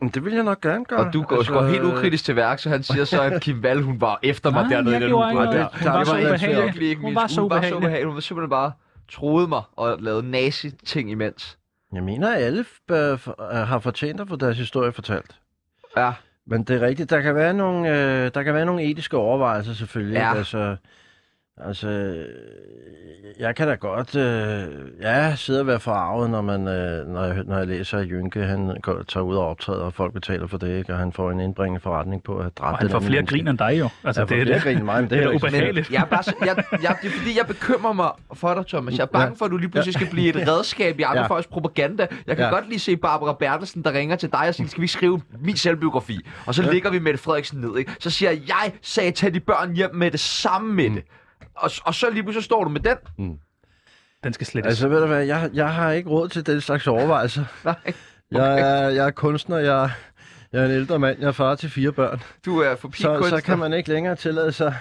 Speaker 3: Men det vil jeg nok gerne gøre.
Speaker 1: Og du går, altså, går helt ukritisk til værk, så han siger så, at Kim Wall, hun var efter mig
Speaker 4: Nej,
Speaker 1: dernede i
Speaker 4: jeg
Speaker 1: den
Speaker 4: gjorde
Speaker 1: ubåd
Speaker 4: ikke
Speaker 1: der.
Speaker 4: noget.
Speaker 3: Hun var så
Speaker 1: virkelig
Speaker 3: ubehagelig.
Speaker 1: ikke
Speaker 4: Hun
Speaker 1: min-
Speaker 4: var så ubehagelig.
Speaker 1: Hun var simpelthen bare troede mig og lavede nazi-ting imens.
Speaker 3: Jeg mener, at alle bør, for- har fortjent at få deres historie fortalt.
Speaker 1: Ja,
Speaker 3: Men det er rigtigt, der kan være nogle, øh, der kan være nogle etiske overvejelser selvfølgelig.
Speaker 1: Ja.
Speaker 3: ikke? Altså, altså, jeg kan da godt øh, ja, sidde og være forarvet, når, man, øh, når, jeg, når jeg læser, at Jynke han går, tager ud og optræder, og folk betaler for det, ikke? og han får en indbringende forretning på at have dræbt
Speaker 4: Og han
Speaker 3: den
Speaker 4: får
Speaker 3: anden
Speaker 4: flere
Speaker 3: menneske.
Speaker 4: grin end dig jo. Altså,
Speaker 3: Ja,
Speaker 4: det er det.
Speaker 3: Grin, mig, men det,
Speaker 4: Det er da
Speaker 3: jo ikke-
Speaker 4: ubehageligt.
Speaker 1: jeg er bare, så- jeg, jeg, det er fordi, jeg bekymrer mig for dig, Thomas. Jeg er bange for, at du lige pludselig skal blive et redskab i andre
Speaker 3: Ja.
Speaker 1: folks propaganda. Jeg kan
Speaker 3: Ja.
Speaker 1: godt lige se Barbara Bertelsen, der ringer til dig og siger, skal vi ikke skrive min selvbiografi? Og så ligger vi Mette Frederiksen ned, ikke? Så siger jeg, jeg sagde, tag de børn hjem med det samme med det.
Speaker 3: Mm.
Speaker 1: Og, og så lige pludselig står du med den.
Speaker 4: Den skal slettes.
Speaker 3: Altså, ved du hvad, jeg, jeg har ikke råd til den slags overvejelser.
Speaker 1: Nej.
Speaker 3: Jeg er, jeg er kunstner, jeg, er- jeg er en ældre mand, jeg er far til fire børn.
Speaker 1: Du er forbi
Speaker 3: Så, så kan man ikke længere tillade sig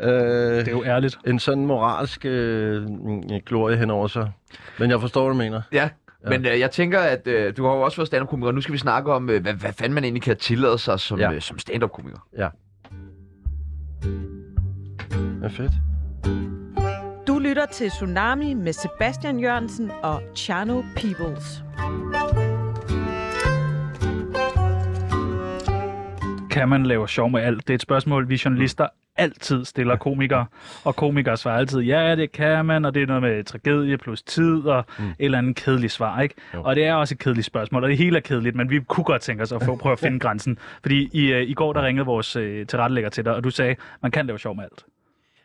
Speaker 3: øh,
Speaker 4: det er jo ærligt.
Speaker 3: en sådan moralsk øh, mm, glorie henover sig. Men jeg forstår, hvad du mener.
Speaker 1: Ja, men øh, jeg tænker, at øh, du har jo også været stand-up-komiker. Nu skal vi snakke om, øh, hvad, hvad fanden man egentlig kan tillade sig som,
Speaker 3: Ja.
Speaker 1: ja. øh, som stand-up-komiker.
Speaker 3: Ja, fedt.
Speaker 5: Du lytter til Tsunami med Sebastian Jørgensen og Chano Peoples.
Speaker 4: Kan man lave sjov med alt? Det er et spørgsmål, vi journalister altid stiller komikere, og komikere svarer altid, ja, det kan man, og det er noget med tragedie plus tid, og mm. et eller andet kedeligt svar, ikke? Jo. Og det er også et kedeligt spørgsmål, og det hele er kedeligt, men vi kunne godt tænke os at få, prøve at finde grænsen. Fordi i, øh, i går, der ringede vores øh, tilrettelægger til dig, og du sagde, man kan lave sjov med alt.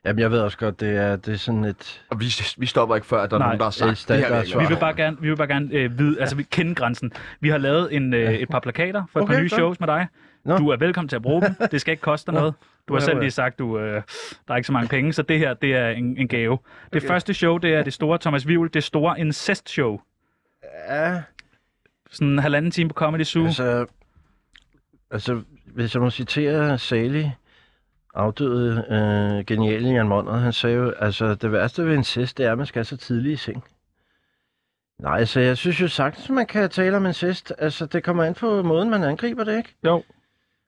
Speaker 3: Jamen, jeg ved også godt, det er, det er sådan et...
Speaker 1: Og vi, vi stopper ikke før, at der er
Speaker 4: Nej,
Speaker 1: nogen, der har
Speaker 3: øh,
Speaker 1: sagt, det her vil jeg ikke
Speaker 3: standardsvar.
Speaker 4: Vi
Speaker 1: gøre."
Speaker 4: vil bare gerne, vi vil bare gerne øh, vide, altså vi kende grænsen. Vi har lavet en, øh, et par plakater for et
Speaker 3: Okay,
Speaker 4: par nye
Speaker 3: godt.
Speaker 4: shows med dig.
Speaker 3: Nå.
Speaker 4: Du er velkommen til at bruge dem. Det skal ikke koste dig noget. Du har
Speaker 3: Ja,
Speaker 4: selv
Speaker 3: ja.
Speaker 4: lige sagt, du øh, der er ikke så mange penge, så det her det er en, en gave. Det første show, det er det store Thomas Vivel, det store incest show.
Speaker 3: Ja,
Speaker 4: Sådan en halvanden time på Comedy Zoo.
Speaker 3: Altså, altså, hvis jeg må citere Sally, afdøde øh, geniale Jan Monner, han sagde jo, altså det værste ved incest, det er, at man skal så tidlig i seng. Nej, altså jeg synes jo sagtens, man kan tale om incest. Altså det kommer an på måden, man angriber det, ikke?
Speaker 4: Jo.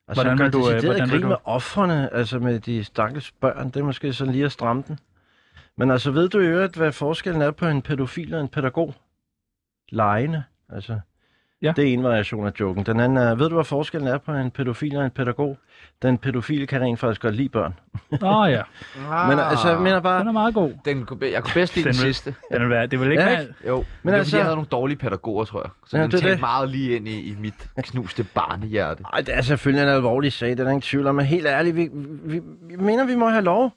Speaker 3: Altså,
Speaker 4: Hvordan
Speaker 3: hvordan
Speaker 4: vil du, øh,
Speaker 3: vil du...
Speaker 4: hvordan
Speaker 3: Hvordan
Speaker 4: vil
Speaker 3: vil
Speaker 4: du-
Speaker 3: med offrene, altså med de stakkels børn, det er måske sådan lige at stramme den. Men altså ved du i øvrigt, hvad forskellen er på en pædofil og en pædagog? Lejende, altså.
Speaker 4: Ja.
Speaker 3: Det er en variation af joken. Den anden er, ved du hvad forskellen er på en pædofil og en pædagog? Den pædofile kan rent faktisk godt lide børn.
Speaker 4: Åh oh, ja,
Speaker 1: Ah,
Speaker 3: Men altså, jeg mener bare...
Speaker 4: den er meget god.
Speaker 1: Den kunne, be- jeg kunne bedst lide den
Speaker 4: Den vil-
Speaker 1: sidste.
Speaker 4: Den vil være, det vil ikke
Speaker 3: Ja,
Speaker 4: være...
Speaker 1: Jo, men, men det altså...
Speaker 3: altså-
Speaker 1: fordi, jeg havde nogle dårlige pædagoger, tror jeg. Så
Speaker 3: Ja,
Speaker 1: ja, den
Speaker 3: det er
Speaker 1: tænkte
Speaker 3: det.
Speaker 1: meget lige ind i, i mit knuste barnehjerte.
Speaker 3: Ej, det er selvfølgelig en alvorlig sag, det er der ingen tvivl om, men helt ærligt, vi, vi, vi mener, vi må have lov.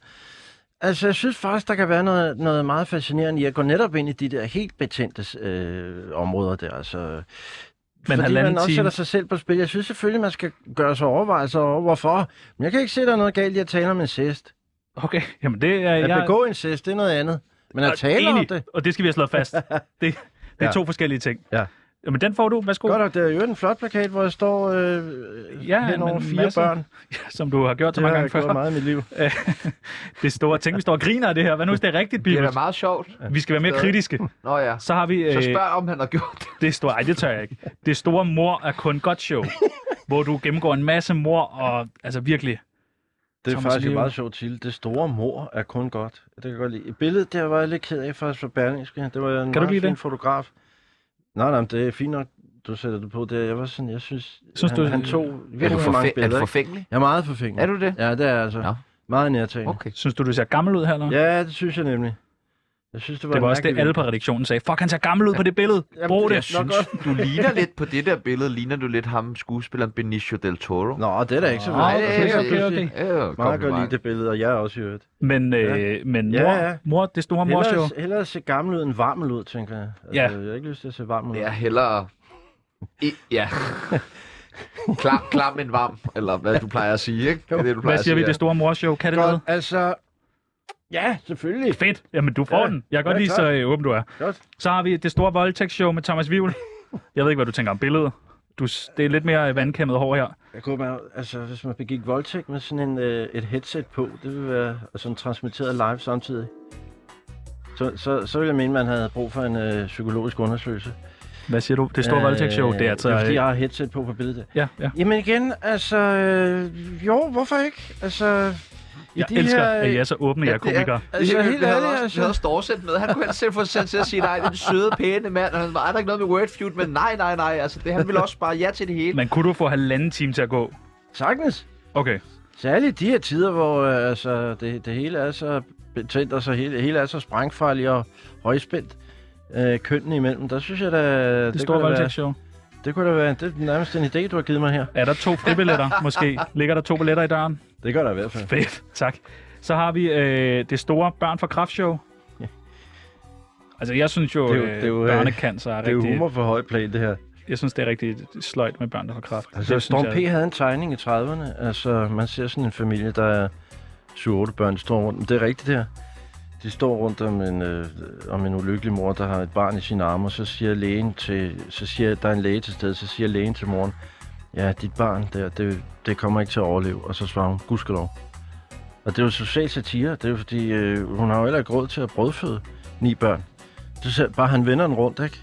Speaker 3: Altså, jeg synes faktisk, der kan være noget, noget meget fascinerende i at gå netop ind i de der helt betændte øh, områder der, altså... Men fordi
Speaker 4: halvanden
Speaker 3: man også
Speaker 4: time-
Speaker 3: sætter sig selv på spil. Jeg synes selvfølgelig, man skal gøre sig overvejelser over, hvorfor. Men jeg kan ikke se, der er noget galt i at tale om incest.
Speaker 4: Okay, jamen det er...
Speaker 3: At
Speaker 4: jeg-
Speaker 3: begå incest, det er noget andet. Men at tale om
Speaker 4: Enig,
Speaker 3: det...
Speaker 4: Og det skal vi have slået fast. Det, det er
Speaker 3: Ja.
Speaker 4: to forskellige ting.
Speaker 3: Ja.
Speaker 4: Jamen den får du, værsgo,
Speaker 3: Godt nok, det er jo en flot plakat, hvor jeg står øh,
Speaker 4: Ja,
Speaker 3: ja, hen over
Speaker 4: men
Speaker 3: fire
Speaker 4: masser.
Speaker 3: børn.
Speaker 4: som du har gjort så
Speaker 3: Det har
Speaker 4: mange
Speaker 3: jeg
Speaker 4: gange
Speaker 3: gjort
Speaker 4: før.
Speaker 3: meget i mit liv.
Speaker 4: Det store ting, vi står og griner af det her. Hvad nu, hvis det er rigtigt,
Speaker 1: Det er
Speaker 4: Bibels?
Speaker 1: da meget sjovt.
Speaker 4: Vi skal være mere
Speaker 1: Stadig.
Speaker 4: kritiske.
Speaker 1: Nå ja.
Speaker 4: Så har vi...
Speaker 1: Så
Speaker 4: Øh,
Speaker 1: spørg, om han har gjort det.
Speaker 4: det store, ej, det tør jeg ikke. Det store mor er kun godt show, hvor du gennemgår en masse mor, og altså virkelig...
Speaker 3: Det er
Speaker 4: Thomas
Speaker 3: faktisk
Speaker 4: Leo.
Speaker 3: en meget sjovt til. Det store mor er kun godt. Det kan jeg godt lide. Billedet der var jeg lidt ked af faktisk fra Berlingske. Det var en kan
Speaker 4: du
Speaker 3: meget
Speaker 4: lide
Speaker 3: fin
Speaker 4: det?
Speaker 3: fotograf. Nej, nej, men det er fint nok, du sætter det på. Det, jeg var sådan, jeg synes,
Speaker 4: Synes
Speaker 3: han,
Speaker 4: du- øh,
Speaker 3: han tog
Speaker 1: Er du,
Speaker 3: virkelig mange
Speaker 1: forfæ- er du
Speaker 3: billeder. ikke?
Speaker 1: forfængelig?
Speaker 3: Jeg er meget forfængelig.
Speaker 1: Er du det?
Speaker 3: Ja, det er jeg altså.
Speaker 1: Nå.
Speaker 3: Meget nærtagende.
Speaker 1: Okay.
Speaker 4: Synes du, du ser gammel ud her, eller?
Speaker 3: Ja, det synes jeg nemlig. Jeg synes, det var,
Speaker 4: det var
Speaker 3: en
Speaker 4: også det,
Speaker 3: mærkelig
Speaker 4: alle
Speaker 3: vinkel.
Speaker 4: på redaktionen sagde. Fuck, han ser gammel ud på det billede.
Speaker 3: Jamen, det
Speaker 4: Brug det.
Speaker 3: er nok
Speaker 1: Synes, du ligner lidt på det der billede, ligner du lidt ham, skuespilleren Benicio del Toro.
Speaker 3: Nå, det er da ikke så
Speaker 4: Nå,
Speaker 3: meget.
Speaker 4: okay,
Speaker 3: Det er
Speaker 4: okay,
Speaker 3: pludselig-
Speaker 4: okay.
Speaker 1: Øh,
Speaker 3: Meget godt lide det billede, og jeg er også i øvrigt.
Speaker 4: Men, øh, men mor,
Speaker 3: Ja, ja.
Speaker 4: mor, det store mor show.
Speaker 3: Hellere, hellere se gammel ud end varmel ud, tænker jeg. Altså,
Speaker 4: Ja.
Speaker 3: Jeg har ikke lyst til at se varmel ud.
Speaker 1: Ja, hellere... I, ja. klam, klam en varm, eller hvad du plejer at sige, ikke? Det er det, du plejer
Speaker 4: Hvad
Speaker 1: at
Speaker 4: siger vi,
Speaker 1: sige,
Speaker 4: det store mor show? Kan det noget?
Speaker 3: Godt, altså... Ja, selvfølgelig.
Speaker 4: Fedt. Jamen, du får
Speaker 3: Ja,
Speaker 4: den. Jeg kan godt
Speaker 3: ja,
Speaker 4: lide, så
Speaker 3: klart.
Speaker 4: øh, åben du er.
Speaker 3: Godt.
Speaker 4: Så har vi det store voldtægtsshow med Thomas Vivl. Jeg ved ikke, hvad du tænker om billedet. Du, s- det er lidt mere øh, vandkæmmet hår her.
Speaker 3: Jeg kunne bare, altså, hvis man begik voldtægt med sådan en, øh, et headset på, det ville være og sådan transmitteret live samtidig. Så, så, så ville jeg mene, man havde brug for en øh, psykologisk undersøgelse.
Speaker 4: Hvad siger du? Det store øh, voldtægtsshow, det er altså...
Speaker 3: Det er, fordi
Speaker 4: øh,
Speaker 3: jeg har headset på på billedet. der.
Speaker 4: Ja, ja.
Speaker 3: Jamen igen, altså... Øh, jo, hvorfor ikke? Altså... I
Speaker 4: Jeg elsker, at I
Speaker 3: øh,
Speaker 4: er så åbne,
Speaker 1: Ja,
Speaker 4: jeg er
Speaker 1: det er-
Speaker 4: komiker.
Speaker 3: Altså, helt
Speaker 1: vi havde
Speaker 3: ærligt,
Speaker 1: også, altså.
Speaker 3: altså.
Speaker 1: Vi havde Storset med. Han kunne helst selv få sig selv til at sige, nej, den søde, pæne mand. Og han var, er der ikke noget med Wordfeud? Men nej, nej, nej. Altså, det, han ville også bare ja til det hele.
Speaker 4: Men kunne du få halvanden time til at gå?
Speaker 3: Sagtens.
Speaker 4: Okay.
Speaker 3: Særligt i de her tider, hvor øh, altså, det, det hele er så betændt, og så hele, hele er så sprængfarligt og højspændt øh, kønnene imellem, der synes jeg da...
Speaker 4: Det, det
Speaker 3: kunne
Speaker 4: store
Speaker 3: da være-
Speaker 4: voldtægtsshow.
Speaker 3: Det kunne da være det er nærmest en idé, du har givet mig her.
Speaker 4: Er der to fribilletter, måske? Ligger der to billetter i døren?
Speaker 3: Det gør der i hvert fald.
Speaker 4: Fedt. Tak. Så har vi øh, det store Børn for Kraftshow. Altså, jeg synes jo,
Speaker 3: Det er
Speaker 4: det
Speaker 3: jo-
Speaker 4: er,
Speaker 3: det
Speaker 4: det
Speaker 3: er jo, øh,
Speaker 4: børnecancer er,
Speaker 3: Det er jo
Speaker 4: rigtig...
Speaker 3: humor på høj plan, det her.
Speaker 4: Jeg synes, det er rigtig sløjt med børn, der har kraft.
Speaker 3: Altså,
Speaker 4: det synes
Speaker 3: Storm
Speaker 4: jeg-
Speaker 3: P. havde en tegning i 30'erne. Altså, man ser sådan en familie, der er 7-8 børn, står rundt. Men det er rigtigt, det her. De står rundt om en, øh, om en ulykkelig mor, der har et barn i sine arme, og så siger lægen til, så siger, der er en læge til stede, så siger lægen til moren, ja, dit barn der, det, det kommer ikke til at overleve. Og så svarer hun, gudskelov. Og det er jo social satire, det er jo fordi, øh, hun har jo heller ikke råd til at brødføde ni børn. Det er selv- bare, han vender den rundt, ikke?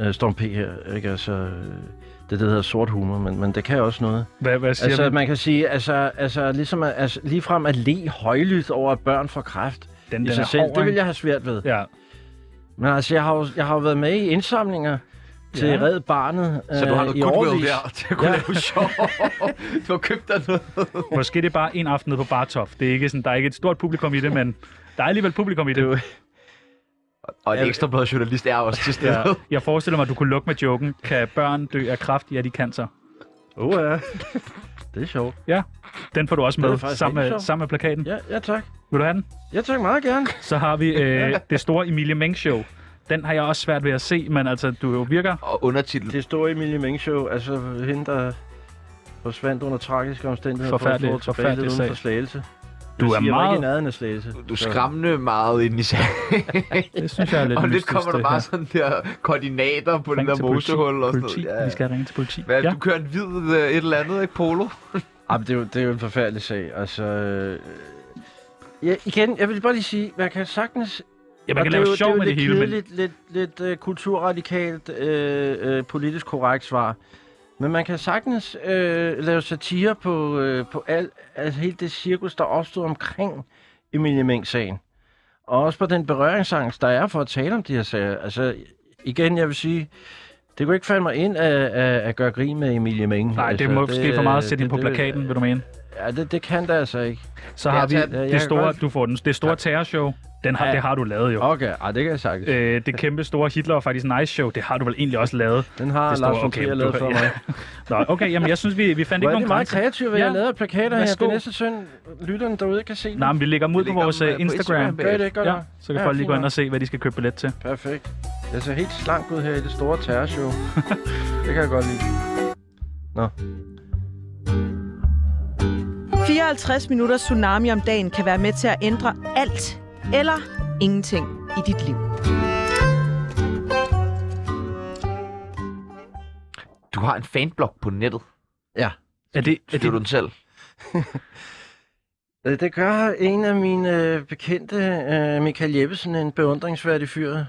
Speaker 3: Øh, Storm P her, ikke? Altså, øh, det, det hedder sort humor, men, men det kan også noget.
Speaker 4: Hvad, hvad siger
Speaker 3: Altså,
Speaker 4: altså,
Speaker 3: man kan sige, altså, altså ligesom at, altså, ligefrem at le højlydt over børn for kræft
Speaker 4: Den,
Speaker 3: i
Speaker 4: den er
Speaker 3: sig selv,
Speaker 4: hård,
Speaker 3: det vil
Speaker 4: ikke?
Speaker 3: jeg have svært ved.
Speaker 4: Ja.
Speaker 3: Men altså, jeg har jo, jeg har jo været med i indsamlinger til
Speaker 4: Ja.
Speaker 3: Red Barnet
Speaker 1: Så du har
Speaker 3: øh,
Speaker 1: noget
Speaker 3: i
Speaker 1: goodwill
Speaker 3: årvis.
Speaker 1: der til at kunne
Speaker 3: Ja.
Speaker 1: lave sjov. Du har købt dig noget.
Speaker 4: Måske det er bare en aften nede på Bartof. Det er ikke sådan, der er ikke et stort publikum i det, men der er alligevel publikum i det.
Speaker 1: Og en ekstrabladet journalist er også til stede. Ja.
Speaker 4: Jeg forestiller mig, at du kunne lukke med joken. Kan børn dø af kraft? Ja, de kan så.
Speaker 3: Åh oh, ja, det er sjovt.
Speaker 4: Ja, den får du også
Speaker 3: Den er
Speaker 4: med
Speaker 3: faktisk
Speaker 4: sammen
Speaker 3: rigtig
Speaker 4: med,
Speaker 3: sjov.
Speaker 4: sammen med plakaten.
Speaker 3: Ja, ja tak.
Speaker 4: Vil du have den?
Speaker 3: Ja tak, meget gerne.
Speaker 4: Så har vi øh, det store Emilie Meng Show. Den har jeg også svært ved at se, men altså, du jo virker...
Speaker 1: Og undertitel.
Speaker 3: Det store Emilie Meng Show, altså hende, der forsvandt under tragiske omstændigheder.
Speaker 4: Forfærdelig-
Speaker 3: for at få tilbage
Speaker 4: forfærdelig
Speaker 3: lidt uden
Speaker 4: sag.
Speaker 3: for slagelse.
Speaker 4: Du er
Speaker 3: siger meget... ikke i
Speaker 4: meget...
Speaker 3: nærheden af slæse.
Speaker 1: Du er skræmmende meget ind i sagen.
Speaker 4: Det synes jeg er lidt
Speaker 1: og lidt
Speaker 4: mystisk,
Speaker 1: kommer der
Speaker 4: det
Speaker 1: bare
Speaker 4: her.
Speaker 1: sådan der koordinater på den
Speaker 4: Ring
Speaker 1: der
Speaker 4: til politi.
Speaker 1: mosehul og sådan
Speaker 4: politi.
Speaker 1: noget. Ja,
Speaker 4: Vi
Speaker 1: ja.
Speaker 4: skal ringe til politi.
Speaker 1: Hvad,
Speaker 4: ja.
Speaker 1: Du kører en hvid øh, et eller andet, ikke? Polo?
Speaker 3: Ja, men det, er jo, det er jo en forfærdelig sag. Altså, øh, ja, igen, jeg vil bare lige sige, man kan sagtens...
Speaker 4: ja, man
Speaker 3: og
Speaker 4: kan
Speaker 3: det er
Speaker 4: lave
Speaker 3: jo-
Speaker 4: sjov med
Speaker 3: det
Speaker 4: det hele,
Speaker 3: Det er jo
Speaker 4: men
Speaker 3: lidt kedeligt, lidt, lidt øh, kulturradikalt, øh, øh, politisk korrekt svar. Men man kan sagtens øh, lave satire på, øh, på al, altså hele det cirkus, der opstod omkring Emilie Meng-sagen. Og også på den berøringsangst, der er for at tale om de her sager. Altså, igen, jeg vil sige, det kunne ikke falde mig ind at, at, at gøre grin med Emilie Meng.
Speaker 4: nej,
Speaker 3: altså,
Speaker 4: det er måske for meget at sætte ind på
Speaker 3: det-
Speaker 4: plakaten, vil du mene.
Speaker 3: Ja, det, det kan det altså ikke.
Speaker 4: Så
Speaker 3: Ja,
Speaker 4: har vi øh,
Speaker 3: tak. Ja, jeg
Speaker 4: det
Speaker 3: kan
Speaker 4: store,
Speaker 3: godt-
Speaker 4: du får den, det store terrorshow. Den har,
Speaker 3: Ja.
Speaker 4: det har du lavet jo.
Speaker 3: Okay, ej, det kan jeg sagtens.
Speaker 4: Øh, det kæmpe store Hitler og faktisk Nice Show, det har du vel egentlig også lavet.
Speaker 3: Den har
Speaker 4: det
Speaker 3: Lars von Trier lavet for mig.
Speaker 4: Nå, okay, jamen jeg synes, vi, vi fandt
Speaker 3: Hvor er
Speaker 4: ikke nogen
Speaker 3: det meget
Speaker 4: grænser.
Speaker 3: kreativt, hvad
Speaker 4: Ja.
Speaker 3: jeg laver af plakater her. Det
Speaker 4: Værsgo.
Speaker 3: er næste søn, lytterne derude kan se dem.
Speaker 4: Nej, men vi lægger dem ud på
Speaker 1: lægger
Speaker 4: vores
Speaker 1: dem,
Speaker 4: øh,
Speaker 1: øh, på
Speaker 4: Instagram.
Speaker 1: Instagram
Speaker 3: Gør I det, gør
Speaker 4: Ja,
Speaker 3: det.
Speaker 4: så kan
Speaker 3: Ja,
Speaker 4: folk lige
Speaker 3: fint
Speaker 4: gå ind
Speaker 3: nok.
Speaker 4: og se, hvad de skal købe billet til.
Speaker 3: Perfekt. Jeg ser helt slank ud her i det store terrorshow. det kan jeg godt lide.
Speaker 5: 54 minutter tsunami om dagen kan være med til at ændre alt eller ingenting i dit liv.
Speaker 1: Du har en fanblog på nettet.
Speaker 4: Er det, er
Speaker 1: Skriver
Speaker 4: det,
Speaker 1: du den selv?
Speaker 3: Øh, Det gør en af mine øh, bekendte, øh, Michael Jeppesen, en beundringsværdig fyr øh,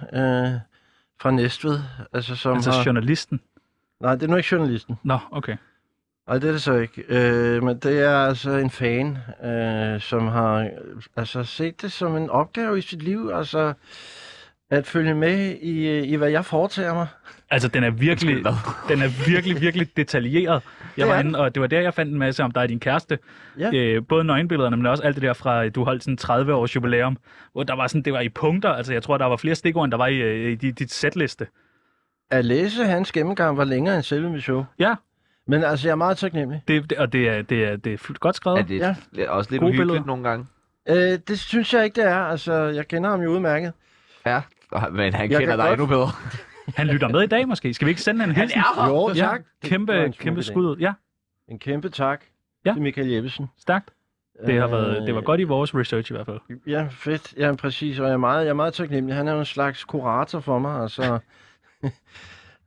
Speaker 3: fra Næstved. Altså, som
Speaker 4: altså
Speaker 3: har...
Speaker 4: journalisten?
Speaker 3: Nej, det er nu ikke journalisten.
Speaker 4: Nå, okay.
Speaker 3: Nej, det er det så ikke. Øh, men det er altså en fan, øh, som har øh, altså, set det som en opgave i sit liv, altså at følge med i, øh, i hvad jeg foretager mig.
Speaker 4: Altså, den er virkelig, den er virkelig, virkelig detaljeret. Jeg
Speaker 3: Det er
Speaker 4: var
Speaker 3: den.
Speaker 4: inde, og det var der, jeg fandt en masse om dig og din kæreste.
Speaker 3: Ja.
Speaker 4: Øh, både nøgenbillederne, men også alt det der fra, øh, du holdt sådan 30 års jubilæum, hvor der var sådan, det var i punkter. Altså, jeg tror, der var flere stikord, end der var i, øh, i dit, dit setliste.
Speaker 3: At læse hans gennemgang var længere end selve mit show.
Speaker 4: Ja,
Speaker 3: Men altså, jeg er meget taknemmelig.
Speaker 4: det, det, og det er, det er, det er fl- godt skrevet.
Speaker 1: Er
Speaker 4: Det...
Speaker 1: det
Speaker 3: Ja.
Speaker 1: ja. også lidt
Speaker 4: Gode
Speaker 1: uhyggeligt
Speaker 4: billeder.
Speaker 1: nogle gange?
Speaker 3: Øh, det synes jeg ikke, det er. Altså, jeg kender ham jo udmærket.
Speaker 1: Ja. Ej, Men han kender
Speaker 3: Jeg kan
Speaker 1: dig
Speaker 3: godt-
Speaker 1: endnu bedre.
Speaker 4: Han lytter med i dag måske. Skal vi ikke sende en hilsen?
Speaker 1: er
Speaker 3: Jo,
Speaker 4: Ja,
Speaker 3: tak. Det var
Speaker 4: Kæmpe,
Speaker 3: en smuk
Speaker 4: kæmpe
Speaker 3: idé.
Speaker 4: skud. Ja,
Speaker 3: En kæmpe tak
Speaker 4: Ja.
Speaker 3: ja. til Michael Jeppesen.
Speaker 4: stærkt. Det har
Speaker 3: Øh,
Speaker 4: været, det var godt i vores research i hvert fald.
Speaker 3: Ja, fedt. Ja, præcis. Og jeg er meget, jeg er meget taknemmelig. Han er jo en slags kurator for mig. Altså,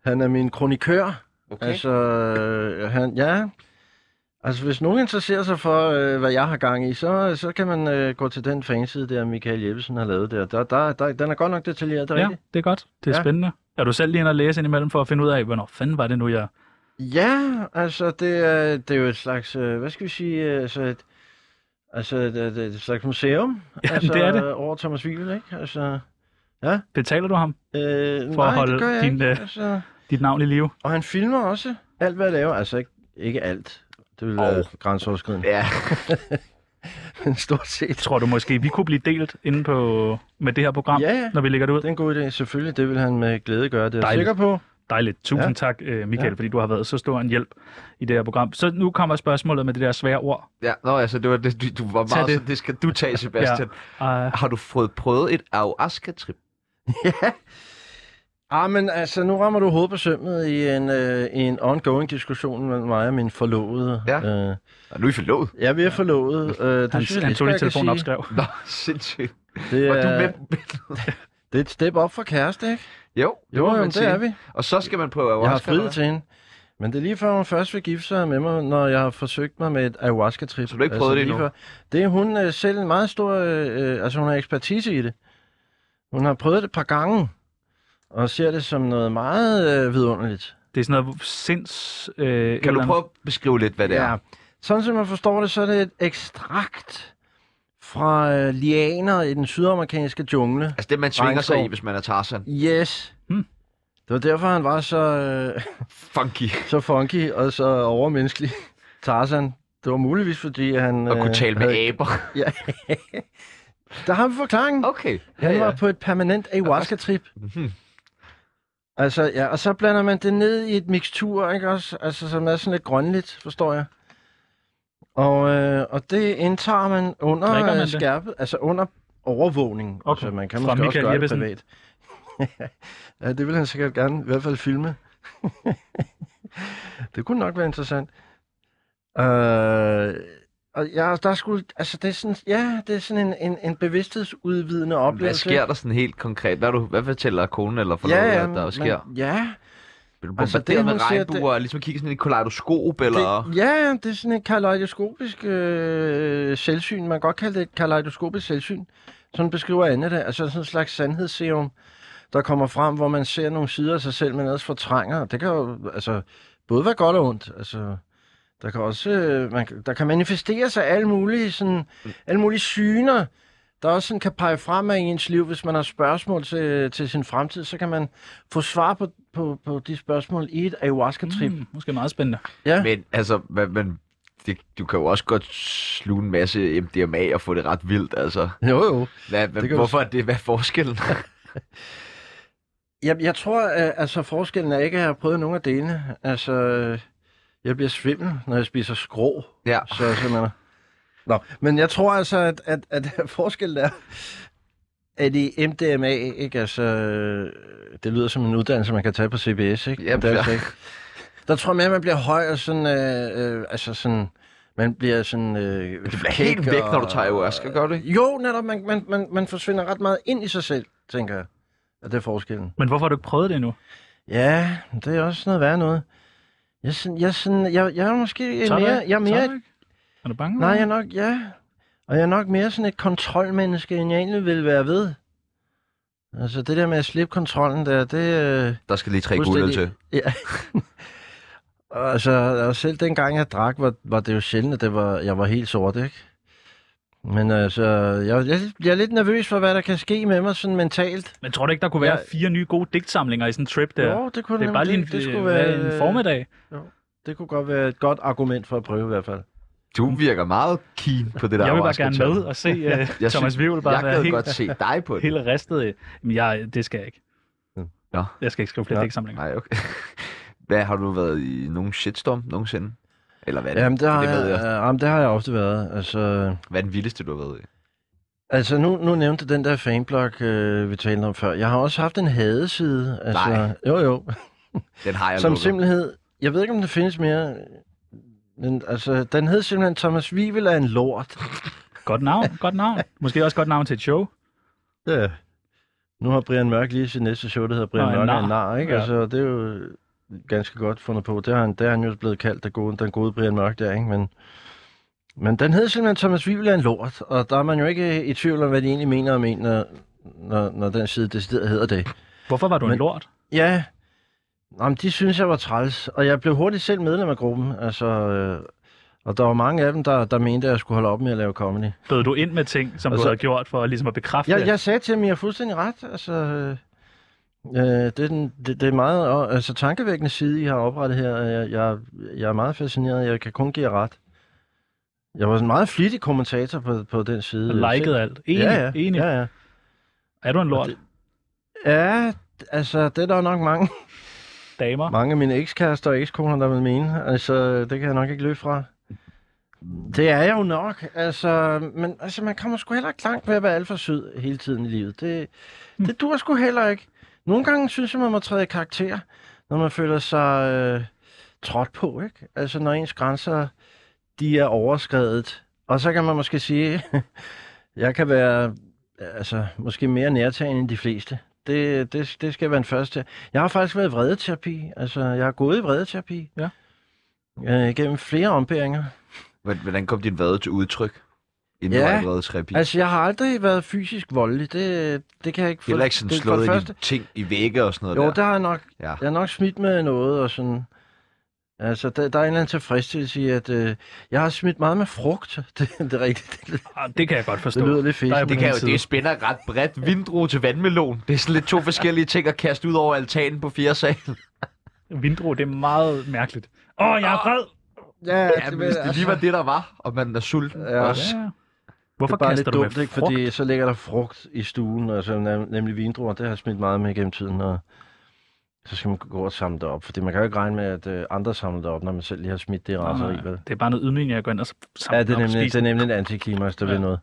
Speaker 3: han er min kronikør. Okay. Altså, øh, han, ja. Altså, hvis nogen interesserer sig for, øh, hvad jeg har gang i, så, så kan man øh, gå til den fanside, der Michael Jeppesen har lavet der. der, der, der den er godt nok detaljeret, det er
Speaker 4: Ja,
Speaker 3: rigtigt.
Speaker 4: det er godt. Det er
Speaker 3: Ja.
Speaker 4: spændende. Er du selv lige inde og læse indimellem for at finde ud af, hvornår fanden var det nu, jeg...
Speaker 3: Ja, altså, det er, det er jo et slags, øh, hvad skal vi sige, øh, altså et, altså et, et, et slags museum.
Speaker 4: Ja,
Speaker 3: altså,
Speaker 4: det er det.
Speaker 3: øh, Over Thomas Wivel, ikke? Altså,
Speaker 4: Betaler du ham
Speaker 3: Øh,
Speaker 4: For
Speaker 3: nej,
Speaker 4: at holde
Speaker 3: det gør jeg
Speaker 4: din,
Speaker 3: ikke.
Speaker 4: øh,
Speaker 3: Altså,
Speaker 4: dit navn i live?
Speaker 3: og han filmer også alt, hvad jeg laver. Altså ikke, ikke alt. Det vil være grænseoverskridende.
Speaker 1: Ja.
Speaker 3: Men stort set.
Speaker 4: Tror du måske, vi kunne blive delt inde på, med det her program,
Speaker 3: Ja, ja.
Speaker 4: når vi lægger det ud?
Speaker 3: Det er en god idé. Selvfølgelig, det vil han med glæde gøre. Det er jeg
Speaker 4: Dejligt.
Speaker 3: sikker på.
Speaker 4: Dejligt. Tusind ja.
Speaker 3: Ja.
Speaker 4: tak, øh, Michael, ja.
Speaker 3: Ja.
Speaker 4: fordi du har været så stor en hjælp i det her program. Så nu kommer spørgsmålet med det der svære ord.
Speaker 1: ja. Nå, altså, det var det, du, du var
Speaker 4: Tag
Speaker 1: meget
Speaker 4: det.
Speaker 1: sådan, det skal du tage, Sebastian.
Speaker 4: Uh,
Speaker 1: Har du fået prøvet et ayahuasca-trip?
Speaker 3: Ah, men altså, nu rammer du hovedet på sømmet i en, øh, i en ongoing diskussion mellem mig og min forlovede.
Speaker 1: Ja.
Speaker 3: Øh,
Speaker 1: Og nu er I forlovet.
Speaker 3: ja, vi er forlovet. Øh, det
Speaker 4: han,
Speaker 3: synes jeg
Speaker 4: han
Speaker 3: lige,
Speaker 4: tog
Speaker 3: jeg
Speaker 4: lige
Speaker 3: kan
Speaker 4: telefonen
Speaker 3: sige.
Speaker 4: opskrev.
Speaker 1: Nå, sindssygt.
Speaker 3: Det
Speaker 1: Var du
Speaker 3: er,
Speaker 1: med?
Speaker 3: det er et step op for kæreste, ikke?
Speaker 1: Jo, det
Speaker 3: Jo,
Speaker 1: må
Speaker 3: jo,
Speaker 1: man
Speaker 3: det
Speaker 1: sige.
Speaker 3: er vi.
Speaker 1: Og så skal man på
Speaker 3: Jeg har
Speaker 1: ayahuasca. eller
Speaker 3: friet til hende. Men det er lige før, hun først vil gifte sig med mig, når jeg har forsøgt mig med et ayahuasca-trip.
Speaker 1: Så du har ikke prøvet det
Speaker 3: lige
Speaker 1: endnu?
Speaker 3: før. Det er hun øh, selv en meget stor... Øh, øh, altså, hun har ekspertise i det. Hun har prøvet det et par gange, og ser det som noget meget øh, vidunderligt.
Speaker 4: Det er sådan noget sinds... Øh, et
Speaker 1: Kan
Speaker 4: eller
Speaker 1: du
Speaker 4: andet.
Speaker 1: prøve at beskrive lidt, hvad det er?
Speaker 3: Sådan som man forstår det, så er det et ekstrakt fra øh, lianer i den sydamerikanske jungle.
Speaker 1: Altså det, man svinger sig
Speaker 3: Regnskov.
Speaker 1: i, hvis man er Tarzan.
Speaker 3: Yes.
Speaker 4: Hmm.
Speaker 3: Det var derfor, han var så... Øh,
Speaker 1: Funky.
Speaker 3: så funky og så overmenneskelig. Tarzan, det var muligvis, fordi han... øh,
Speaker 1: Og kunne tale med aber.
Speaker 3: Der har vi forklaringen.
Speaker 1: Okay.
Speaker 3: Han var på et permanent ayahuasca-trip.
Speaker 4: Mhm.
Speaker 3: Altså, ja, og så blander man det ned i et mixtur, ikke også? Altså, som er sådan lidt grønligt, forstår jeg. Og, øh, og det indtager man under
Speaker 4: Drikker man
Speaker 3: man
Speaker 4: det?
Speaker 3: skærpet, altså under overvågning.
Speaker 4: Okay.
Speaker 3: Altså, man kan
Speaker 4: Fra
Speaker 3: måske også
Speaker 4: Michael
Speaker 3: gøre
Speaker 4: Jeppesen.
Speaker 3: det privat. ja, det vil han sikkert gerne, i hvert fald filme. det kunne nok være interessant. Øh, Og jeg, der skulle, altså det er sådan, ja, det er sådan en, en, en bevidsthedsudvidende oplevelse.
Speaker 1: Hvad sker der sådan helt konkret? Hvad, er du, hvad fortæller konen eller forlovede,
Speaker 3: ja,
Speaker 1: ja,
Speaker 3: ja,
Speaker 1: der sker?
Speaker 3: Men, ja,
Speaker 1: Vil du altså,
Speaker 3: altså, det,
Speaker 1: det, med
Speaker 3: hun siger,
Speaker 1: regnbuer, det... ligesom kigge sådan i et kaleidoskop, eller...
Speaker 3: det, ja, ja, det er sådan et kaleidoskopisk øh, selvsyn. Man kan godt kalde det et kaleidoskopisk selvsyn. Sådan beskriver Anne det. Altså sådan en slags sandhedsserum, der kommer frem, hvor man ser nogle sider af sig selv, men ellers fortrænger. Det kan jo altså, både være godt og ondt. Altså, der kan også øh, man, kan- der kan manifestere sig alle mulige, sådan, alle mulige syner, der også sådan kan pege fremad i ens liv. Hvis man har spørgsmål til, til sin fremtid, så kan man få svar på, på, på de spørgsmål i et ayahuasca-trip.
Speaker 4: Mm, måske meget spændende.
Speaker 3: Ja.
Speaker 1: Men altså, hvad, men det, du kan jo også godt sluge en masse MDMA og få det ret vildt, altså.
Speaker 3: Jo, jo.
Speaker 1: Hvad, hvad,
Speaker 3: Det
Speaker 1: det
Speaker 3: kan du
Speaker 1: hvorfor er det? Hvad er forskellen?
Speaker 3: Jeg, jeg tror, at, altså forskellen er ikke, at jeg har prøvet nogen af delene. Altså, øh, jeg bliver svimmel, når jeg spiser skrå.
Speaker 1: ja.
Speaker 3: Så jeg simpelthen... Nå, men jeg tror altså, at, at, at forskellen er, at i MDMA, ikke? Altså, øh, det lyder som en uddannelse, man kan tage på CBS, ikke?
Speaker 1: Yep,
Speaker 3: det
Speaker 1: ja.
Speaker 3: altså ikke. Der tror jeg mere, at man bliver høj og sådan, øh, øh, altså sådan, man bliver sådan... Øh,
Speaker 1: Du bliver helt væk, når du tager ayahuasca, gør du ikke?
Speaker 3: Jo, netop, man, man, man, man forsvinder ret meget ind i sig selv, tænker jeg. Og det er forskellen.
Speaker 4: Men hvorfor har du ikke prøvet det endnu?
Speaker 3: Ja, det er også noget værre noget. Jeg, er sådan, jeg, er sådan, jeg, jeg er måske
Speaker 4: Tør du
Speaker 3: mere...
Speaker 4: ikke?
Speaker 3: Jeg er
Speaker 4: Tør
Speaker 3: mere
Speaker 4: du ikke? Er du bange?
Speaker 3: nej, jeg er nok... Ja. Og jeg er nok mere sådan et kontrolmenneske, end jeg egentlig ville være ved. Altså, det der med at slippe kontrollen der, det... Øh,
Speaker 1: Der skal lige tre guld
Speaker 3: Fuldstændig.
Speaker 1: til.
Speaker 3: ja. Og altså, og selv dengang jeg drak, var, var det jo sjældent, at det var, jeg var helt sort, ikke? Men altså, jeg, jeg bliver lidt nervøs for, hvad der kan ske med mig sådan mentalt.
Speaker 4: Men tror du ikke, der kunne være
Speaker 3: Ja.
Speaker 4: fire nye gode digtsamlinger i sådan en trip der?
Speaker 3: Jo, det kunne
Speaker 4: det er
Speaker 3: nemlig-
Speaker 4: bare lige en,
Speaker 3: det skulle
Speaker 4: være
Speaker 3: være-
Speaker 4: en formiddag.
Speaker 3: Det kunne godt være et godt argument for at prøve i hvert fald.
Speaker 1: Du virker meget keen på det der
Speaker 4: Jeg vil bare
Speaker 1: ayahuasca,
Speaker 4: gerne
Speaker 1: Tom.
Speaker 4: med og se uh,
Speaker 1: Jeg
Speaker 4: Thomas
Speaker 1: synes-
Speaker 4: Vivl bare
Speaker 1: Jeg
Speaker 4: være
Speaker 1: kan
Speaker 4: helt,
Speaker 1: godt se dig på det.
Speaker 4: helt ristet. øh. Jamen, jeg, det skal jeg ikke.
Speaker 3: Mm.
Speaker 1: Nå.
Speaker 4: Jeg skal ikke skrive flere
Speaker 3: Nå.
Speaker 4: digtsamlinger.
Speaker 1: Nej, okay. Hvad har du været i nogen shitstorm nogensinde? Eller hvad er det?
Speaker 3: Jamen, det har,
Speaker 1: det ved
Speaker 3: jeg,
Speaker 1: jeg.
Speaker 3: jeg. Jamen, det har jeg ofte været. Altså,
Speaker 1: Hvad er den vildeste, du har været i?
Speaker 3: altså nu, nu nævnte den der fanblog, øh, vi talte om før. Jeg har også haft en hadeside. Altså,
Speaker 1: Nej.
Speaker 3: Jo, jo.
Speaker 1: Den har jeg
Speaker 3: Som
Speaker 1: lukket.
Speaker 3: simpelthen... Jeg ved ikke, om den findes mere. Men altså, den hed simpelthen Thomas Vivel er en lort.
Speaker 4: Godt navn, godt navn. Måske også godt navn til et show.
Speaker 3: Ja. Nu har Brian Mørk lige sit næste show, der hedder Brian
Speaker 4: Nå, en
Speaker 3: Mørk er
Speaker 4: nar.
Speaker 3: en nar, ikke?
Speaker 4: Ja.
Speaker 3: Ja. Altså, det er jo ganske godt fundet på. Det har han, det har han jo blevet kaldt, den gode, den gode Brian Mørk der, ikke? Men, men den hed simpelthen Thomas Wivel er en lort, og der er man jo ikke i tvivl om, hvad de egentlig mener om en, når, når, når den side decideret hedder det.
Speaker 4: Hvorfor var du en
Speaker 3: Men-
Speaker 4: lort?
Speaker 3: Ja, Jamen, de synes jeg var træls, og jeg blev hurtigt selv medlem af gruppen, altså... Øh, og der var mange af dem, der, der mente, at jeg skulle holde op med at lave comedy.
Speaker 4: Bød du ind med ting, som du
Speaker 3: Altså-
Speaker 4: havde gjort for ligesom at bekræfte
Speaker 3: Jeg,
Speaker 4: det?
Speaker 3: jeg sagde til dem, I har fuldstændig ret. Altså, øh, øh, det, er den, det, det er meget og- altså, tankevækkende side, I har oprettet her. Øh, Jeg, jeg, jeg er meget fascineret. Jeg kan kun give jer ret. Jeg var en meget flittig kommentator på, på den side.
Speaker 4: Og likede alt. Enig,
Speaker 3: Ja, ja.
Speaker 4: enig.
Speaker 3: Ja, ja.
Speaker 4: Er du en lort?
Speaker 3: Det- ja, altså, det er der nok mange,
Speaker 4: Damer?
Speaker 3: mange af mine ekskærester og ekskoner, der vil mene. Altså, det kan jeg nok ikke løbe fra. Det er jeg jo nok, altså, men altså, man kommer sgu heller ikke langt ved at være alt for sød hele tiden i livet. Det, det dur sgu heller ikke. Nogle gange synes jeg, man må træde i karakter, når man føler sig øh, trådt på, ikke? Altså, når ens grænser, de er overskredet. Og så kan man måske sige, jeg kan være, altså, måske mere nærtagende end de fleste. Det, det, det skal være en første. Jeg har faktisk været i vredeterapi. Altså, jeg har gået i vredeterapi.
Speaker 4: Ja.
Speaker 3: Øh, gennem flere ombæringer.
Speaker 1: Hvordan- Hvordan kom din vade til udtryk? Inden
Speaker 3: Ja,
Speaker 1: ja, du var i terapi? Altså,
Speaker 3: Altså, jeg har aldrig været fysisk voldelig. Det, det kan jeg ikke få.
Speaker 1: Heller ikke sådan
Speaker 3: det, for
Speaker 1: slået
Speaker 3: det
Speaker 1: i
Speaker 3: første-
Speaker 1: dine ting i vægge og sådan noget
Speaker 3: Jo,
Speaker 1: der.
Speaker 3: der har jeg nok,
Speaker 1: Ja.
Speaker 3: jeg har nok smidt med noget og sådan. Altså, der, der er en eller anden tilfredsstillelse i, at øh, jeg har smidt meget med frugt. Det, det er rigtigt. Det,
Speaker 4: Ah, Det kan jeg godt forstå.
Speaker 3: det lyder lidt fedt.
Speaker 4: Der er
Speaker 1: Det, kan jo,
Speaker 4: På den
Speaker 1: det
Speaker 4: side.
Speaker 1: spænder ret bredt. Vindrue til vandmelon. Det er sådan lidt to forskellige ting at kaste ud over altanen på fjerde sal.
Speaker 4: Vindro, det er meget mærkeligt. Åh, oh, jeg er vred!
Speaker 3: Ja,
Speaker 1: Ja, men hvis det lige var det, der var, og man er sulten
Speaker 3: Ja.
Speaker 1: ja. også.
Speaker 4: Ja.
Speaker 3: det er
Speaker 4: Hvorfor
Speaker 3: bare
Speaker 4: kaster
Speaker 3: lidt
Speaker 4: du med
Speaker 3: dumt, ikke?
Speaker 4: frugt?
Speaker 3: Fordi så ligger der frugt i stuen, altså, nem- nemlig vindruer. Det har jeg smidt meget med gennem tiden, og så skal man gå og samle det op. Fordi man kan jo ikke regne med, at øh, andre samler det op, når man selv lige har smidt det i
Speaker 4: Nej,
Speaker 3: raseri.
Speaker 4: nej.
Speaker 3: vel?
Speaker 4: Ah, Det er bare noget ydmygende, jeg går ind og så
Speaker 3: Ja,
Speaker 4: samler
Speaker 3: det er
Speaker 4: op og
Speaker 3: nemlig, det
Speaker 4: spiser
Speaker 3: er
Speaker 4: den.
Speaker 3: nemlig en antiklimaks, der ja.
Speaker 4: Ja.
Speaker 3: ved noget.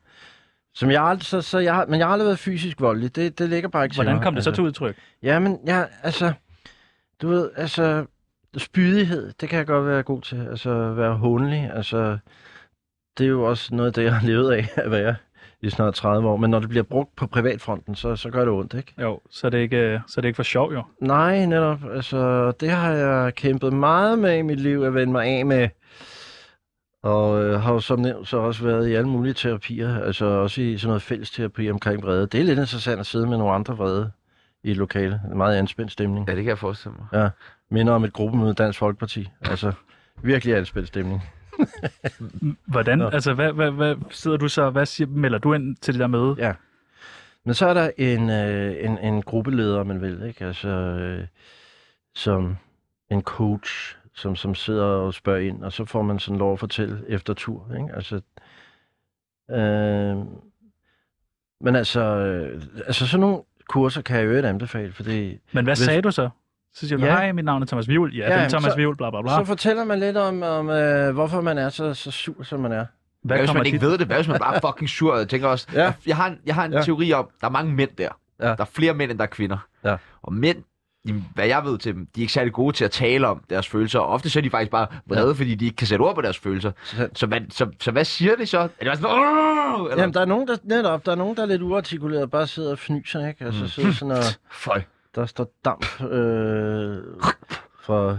Speaker 3: Som jeg aldrig, så, så jeg, har- men jeg har aldrig været fysisk voldelig. Det, det ligger bare ikke til
Speaker 4: Hvordan
Speaker 3: mig,
Speaker 4: kom det så
Speaker 3: altså.
Speaker 4: til udtryk?
Speaker 3: Ja, men jeg, altså, du ved, altså, spydighed, det kan jeg godt være god til. Altså, være hånlig, altså, det er jo også noget af det, jeg har levet af at være i snart 30 år. Men når det bliver brugt på privatfronten, så, så gør det ondt, ikke?
Speaker 4: Jo, så er det ikke, øh, så er det ikke for sjov, jo.
Speaker 3: Nej, netop. Altså, det har jeg kæmpet meget med i mit liv at vende mig af med. Og øh, har jo som nævnt så også været i alle mulige terapier, altså også i sådan noget fællesterapi omkring vrede. Det er lidt interessant at sidde med nogle andre vrede i et lokale. En meget anspændt stemning.
Speaker 1: Ja, det kan jeg forestille mig.
Speaker 3: Minder om et gruppemøde i Dansk Folkeparti. Altså, virkelig anspændt stemning.
Speaker 4: Hvordan,
Speaker 3: Nå.
Speaker 4: altså, hvad, hvad, hvad sidder du så, hvad siger, melder du ind til det der møde?
Speaker 3: Ja. Men så er der en, øh, en, en gruppeleder, om man vil, ikke? Altså, øh, som en coach, som, som sidder og spørger ind, og så får man sådan lov at fortælle efter tur, ikke? Altså, øh, men altså, øh, altså sådan nogle kurser kan jeg jo ikke anbefale, fordi
Speaker 4: Men hvad
Speaker 3: Hvis-
Speaker 4: sagde du så? Så siger du,
Speaker 3: Ja.
Speaker 4: ja. hej, mit navn er Thomas Vivl. Ja,
Speaker 3: Ja,
Speaker 4: ja det er
Speaker 3: jamen,
Speaker 4: Thomas
Speaker 3: så-
Speaker 4: Vivl, bla bla bla.
Speaker 3: så fortæller man lidt om, om øh, hvorfor man er så, så sur, som man er.
Speaker 4: hvad
Speaker 1: Hvad hvis
Speaker 4: kommer
Speaker 1: man ikke
Speaker 4: dit-
Speaker 1: ved det? Hvad hvis man bare er fucking sur? Jeg tænker også,
Speaker 3: Ja.
Speaker 1: ja. jeg har en, jeg har en
Speaker 3: Ja.
Speaker 1: ja. teori om, der er mange mænd der.
Speaker 3: Ja.
Speaker 1: Ja. Der er flere mænd, end der er kvinder.
Speaker 3: Ja.
Speaker 1: Og mænd, de, hvad jeg ved til dem, de er ikke særlig gode til at tale om deres følelser. Og ofte så er de faktisk bare vrede, ja. fordi de ikke kan sætte ord på deres følelser.
Speaker 3: Sandt.
Speaker 1: Så, man, så, så hvad siger de så? Er det bare sådan, "Åh!" eller,
Speaker 3: Jamen, der er nogen, der netop, der er nogen, der er lidt uartikuleret, bare sidder og fnyser, ikke? Altså, sidder sådan og...
Speaker 1: Føj.
Speaker 3: Der står damp øh, fra,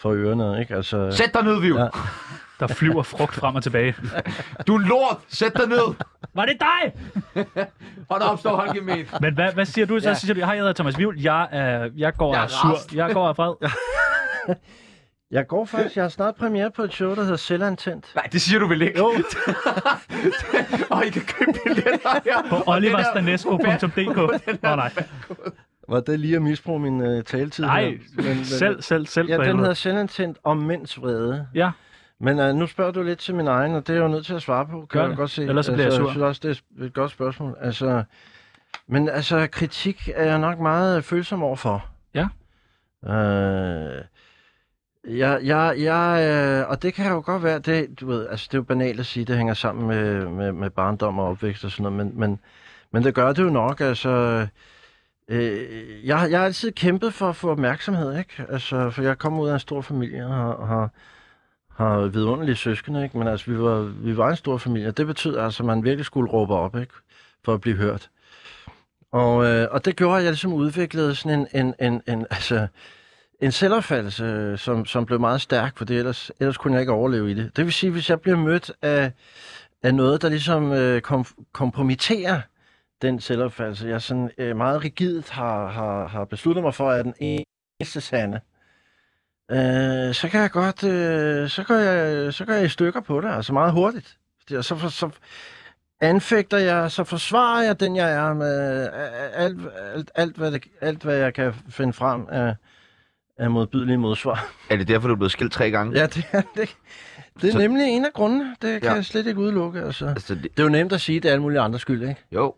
Speaker 3: fra ørerne, ikke? Altså,
Speaker 1: Sæt dig ned, Viv.
Speaker 3: Ja.
Speaker 1: Ja.
Speaker 4: Der flyver frugt frem og tilbage.
Speaker 1: Du er en lort. Sæt dig ned.
Speaker 4: Var det dig?
Speaker 1: Og der opstår håndgemen.
Speaker 4: Men hvad, hvad siger du så?
Speaker 3: Ja.
Speaker 4: Ja. Så siger du, hej, jeg hedder Thomas Vivl. Jeg, er, jeg
Speaker 1: Jeg
Speaker 4: går jeg
Speaker 1: er
Speaker 4: er sur.
Speaker 1: rasende.
Speaker 4: Jeg går af fred.
Speaker 3: jeg går faktisk, jeg har snart premiere på et show, der hedder Selvantændt.
Speaker 1: Nej, det siger du vel ikke? Jo. og I kan købe billetter her.
Speaker 4: På
Speaker 1: Og den her-
Speaker 4: oliverstanesco.dk. Nå nej,
Speaker 3: Var det lige at misbruge min øh, taletid?
Speaker 4: nej.
Speaker 3: her?
Speaker 4: Selv, selv, selv.
Speaker 3: Ja,
Speaker 4: for
Speaker 3: den
Speaker 4: helvede.
Speaker 3: hedder Selvantændt om mænds vrede.
Speaker 4: Ja.
Speaker 3: Men øh, nu spørger du lidt til min egen, og det er jeg jo nødt til at svare på. Kan
Speaker 4: Gør
Speaker 3: jeg
Speaker 4: det.
Speaker 3: godt se.
Speaker 4: Ellers så bliver
Speaker 3: altså,
Speaker 4: jeg sur.
Speaker 3: synes også, det er et godt spørgsmål. Altså, men altså, kritik er jeg nok meget øh, følsom overfor.
Speaker 4: Ja.
Speaker 3: Øh, jeg, jeg, jeg, øh, og det kan jo godt være, det, du ved, altså, det er jo banalt at sige, det hænger sammen med, med, med barndom og opvækst og sådan noget, men, men, men det gør det jo nok, altså... Øh, jeg, har- jeg har altid kæmpet for at få opmærksomhed, ikke? Altså, for jeg kommer ud af en stor familie og har, har har vidunderlige søskende, ikke? men altså, vi var, vi var en stor familie, og det betød altså, at man virkelig skulle råbe op, ikke? for at blive hørt. Og, øh, og det gjorde, at jeg ligesom udviklede sådan en, en, en, en, altså, en selvopfattelse, øh, som, som blev meget stærk, for ellers, ellers kunne jeg ikke overleve i det. Det vil sige, hvis jeg bliver mødt af, af noget, der ligesom øh, kom, kompromitterer den selvopfattelse, jeg sådan øh, meget rigidt har, har, har besluttet mig for, er den eneste sande, øh, så kan jeg godt, øh, så, går jeg, så går jeg i stykker på det, altså meget hurtigt. Fordi- Og så, for, så anfægter jeg, så forsvarer jeg den, jeg er med øh, alt, alt, alt, hvad, det, alt hvad jeg kan finde frem af, af modbydelige modsvar.
Speaker 1: Er det derfor, du er blevet skilt tre gange?
Speaker 3: Ja, det er, det, det er
Speaker 1: Så-
Speaker 3: nemlig en af grundene. Det kan ja.
Speaker 1: Ja.
Speaker 3: jeg slet ikke udelukke. Altså.
Speaker 1: Altså, det,
Speaker 3: Det er jo nemt at sige, at det er alle mulige andre skyld, ikke?
Speaker 1: jo,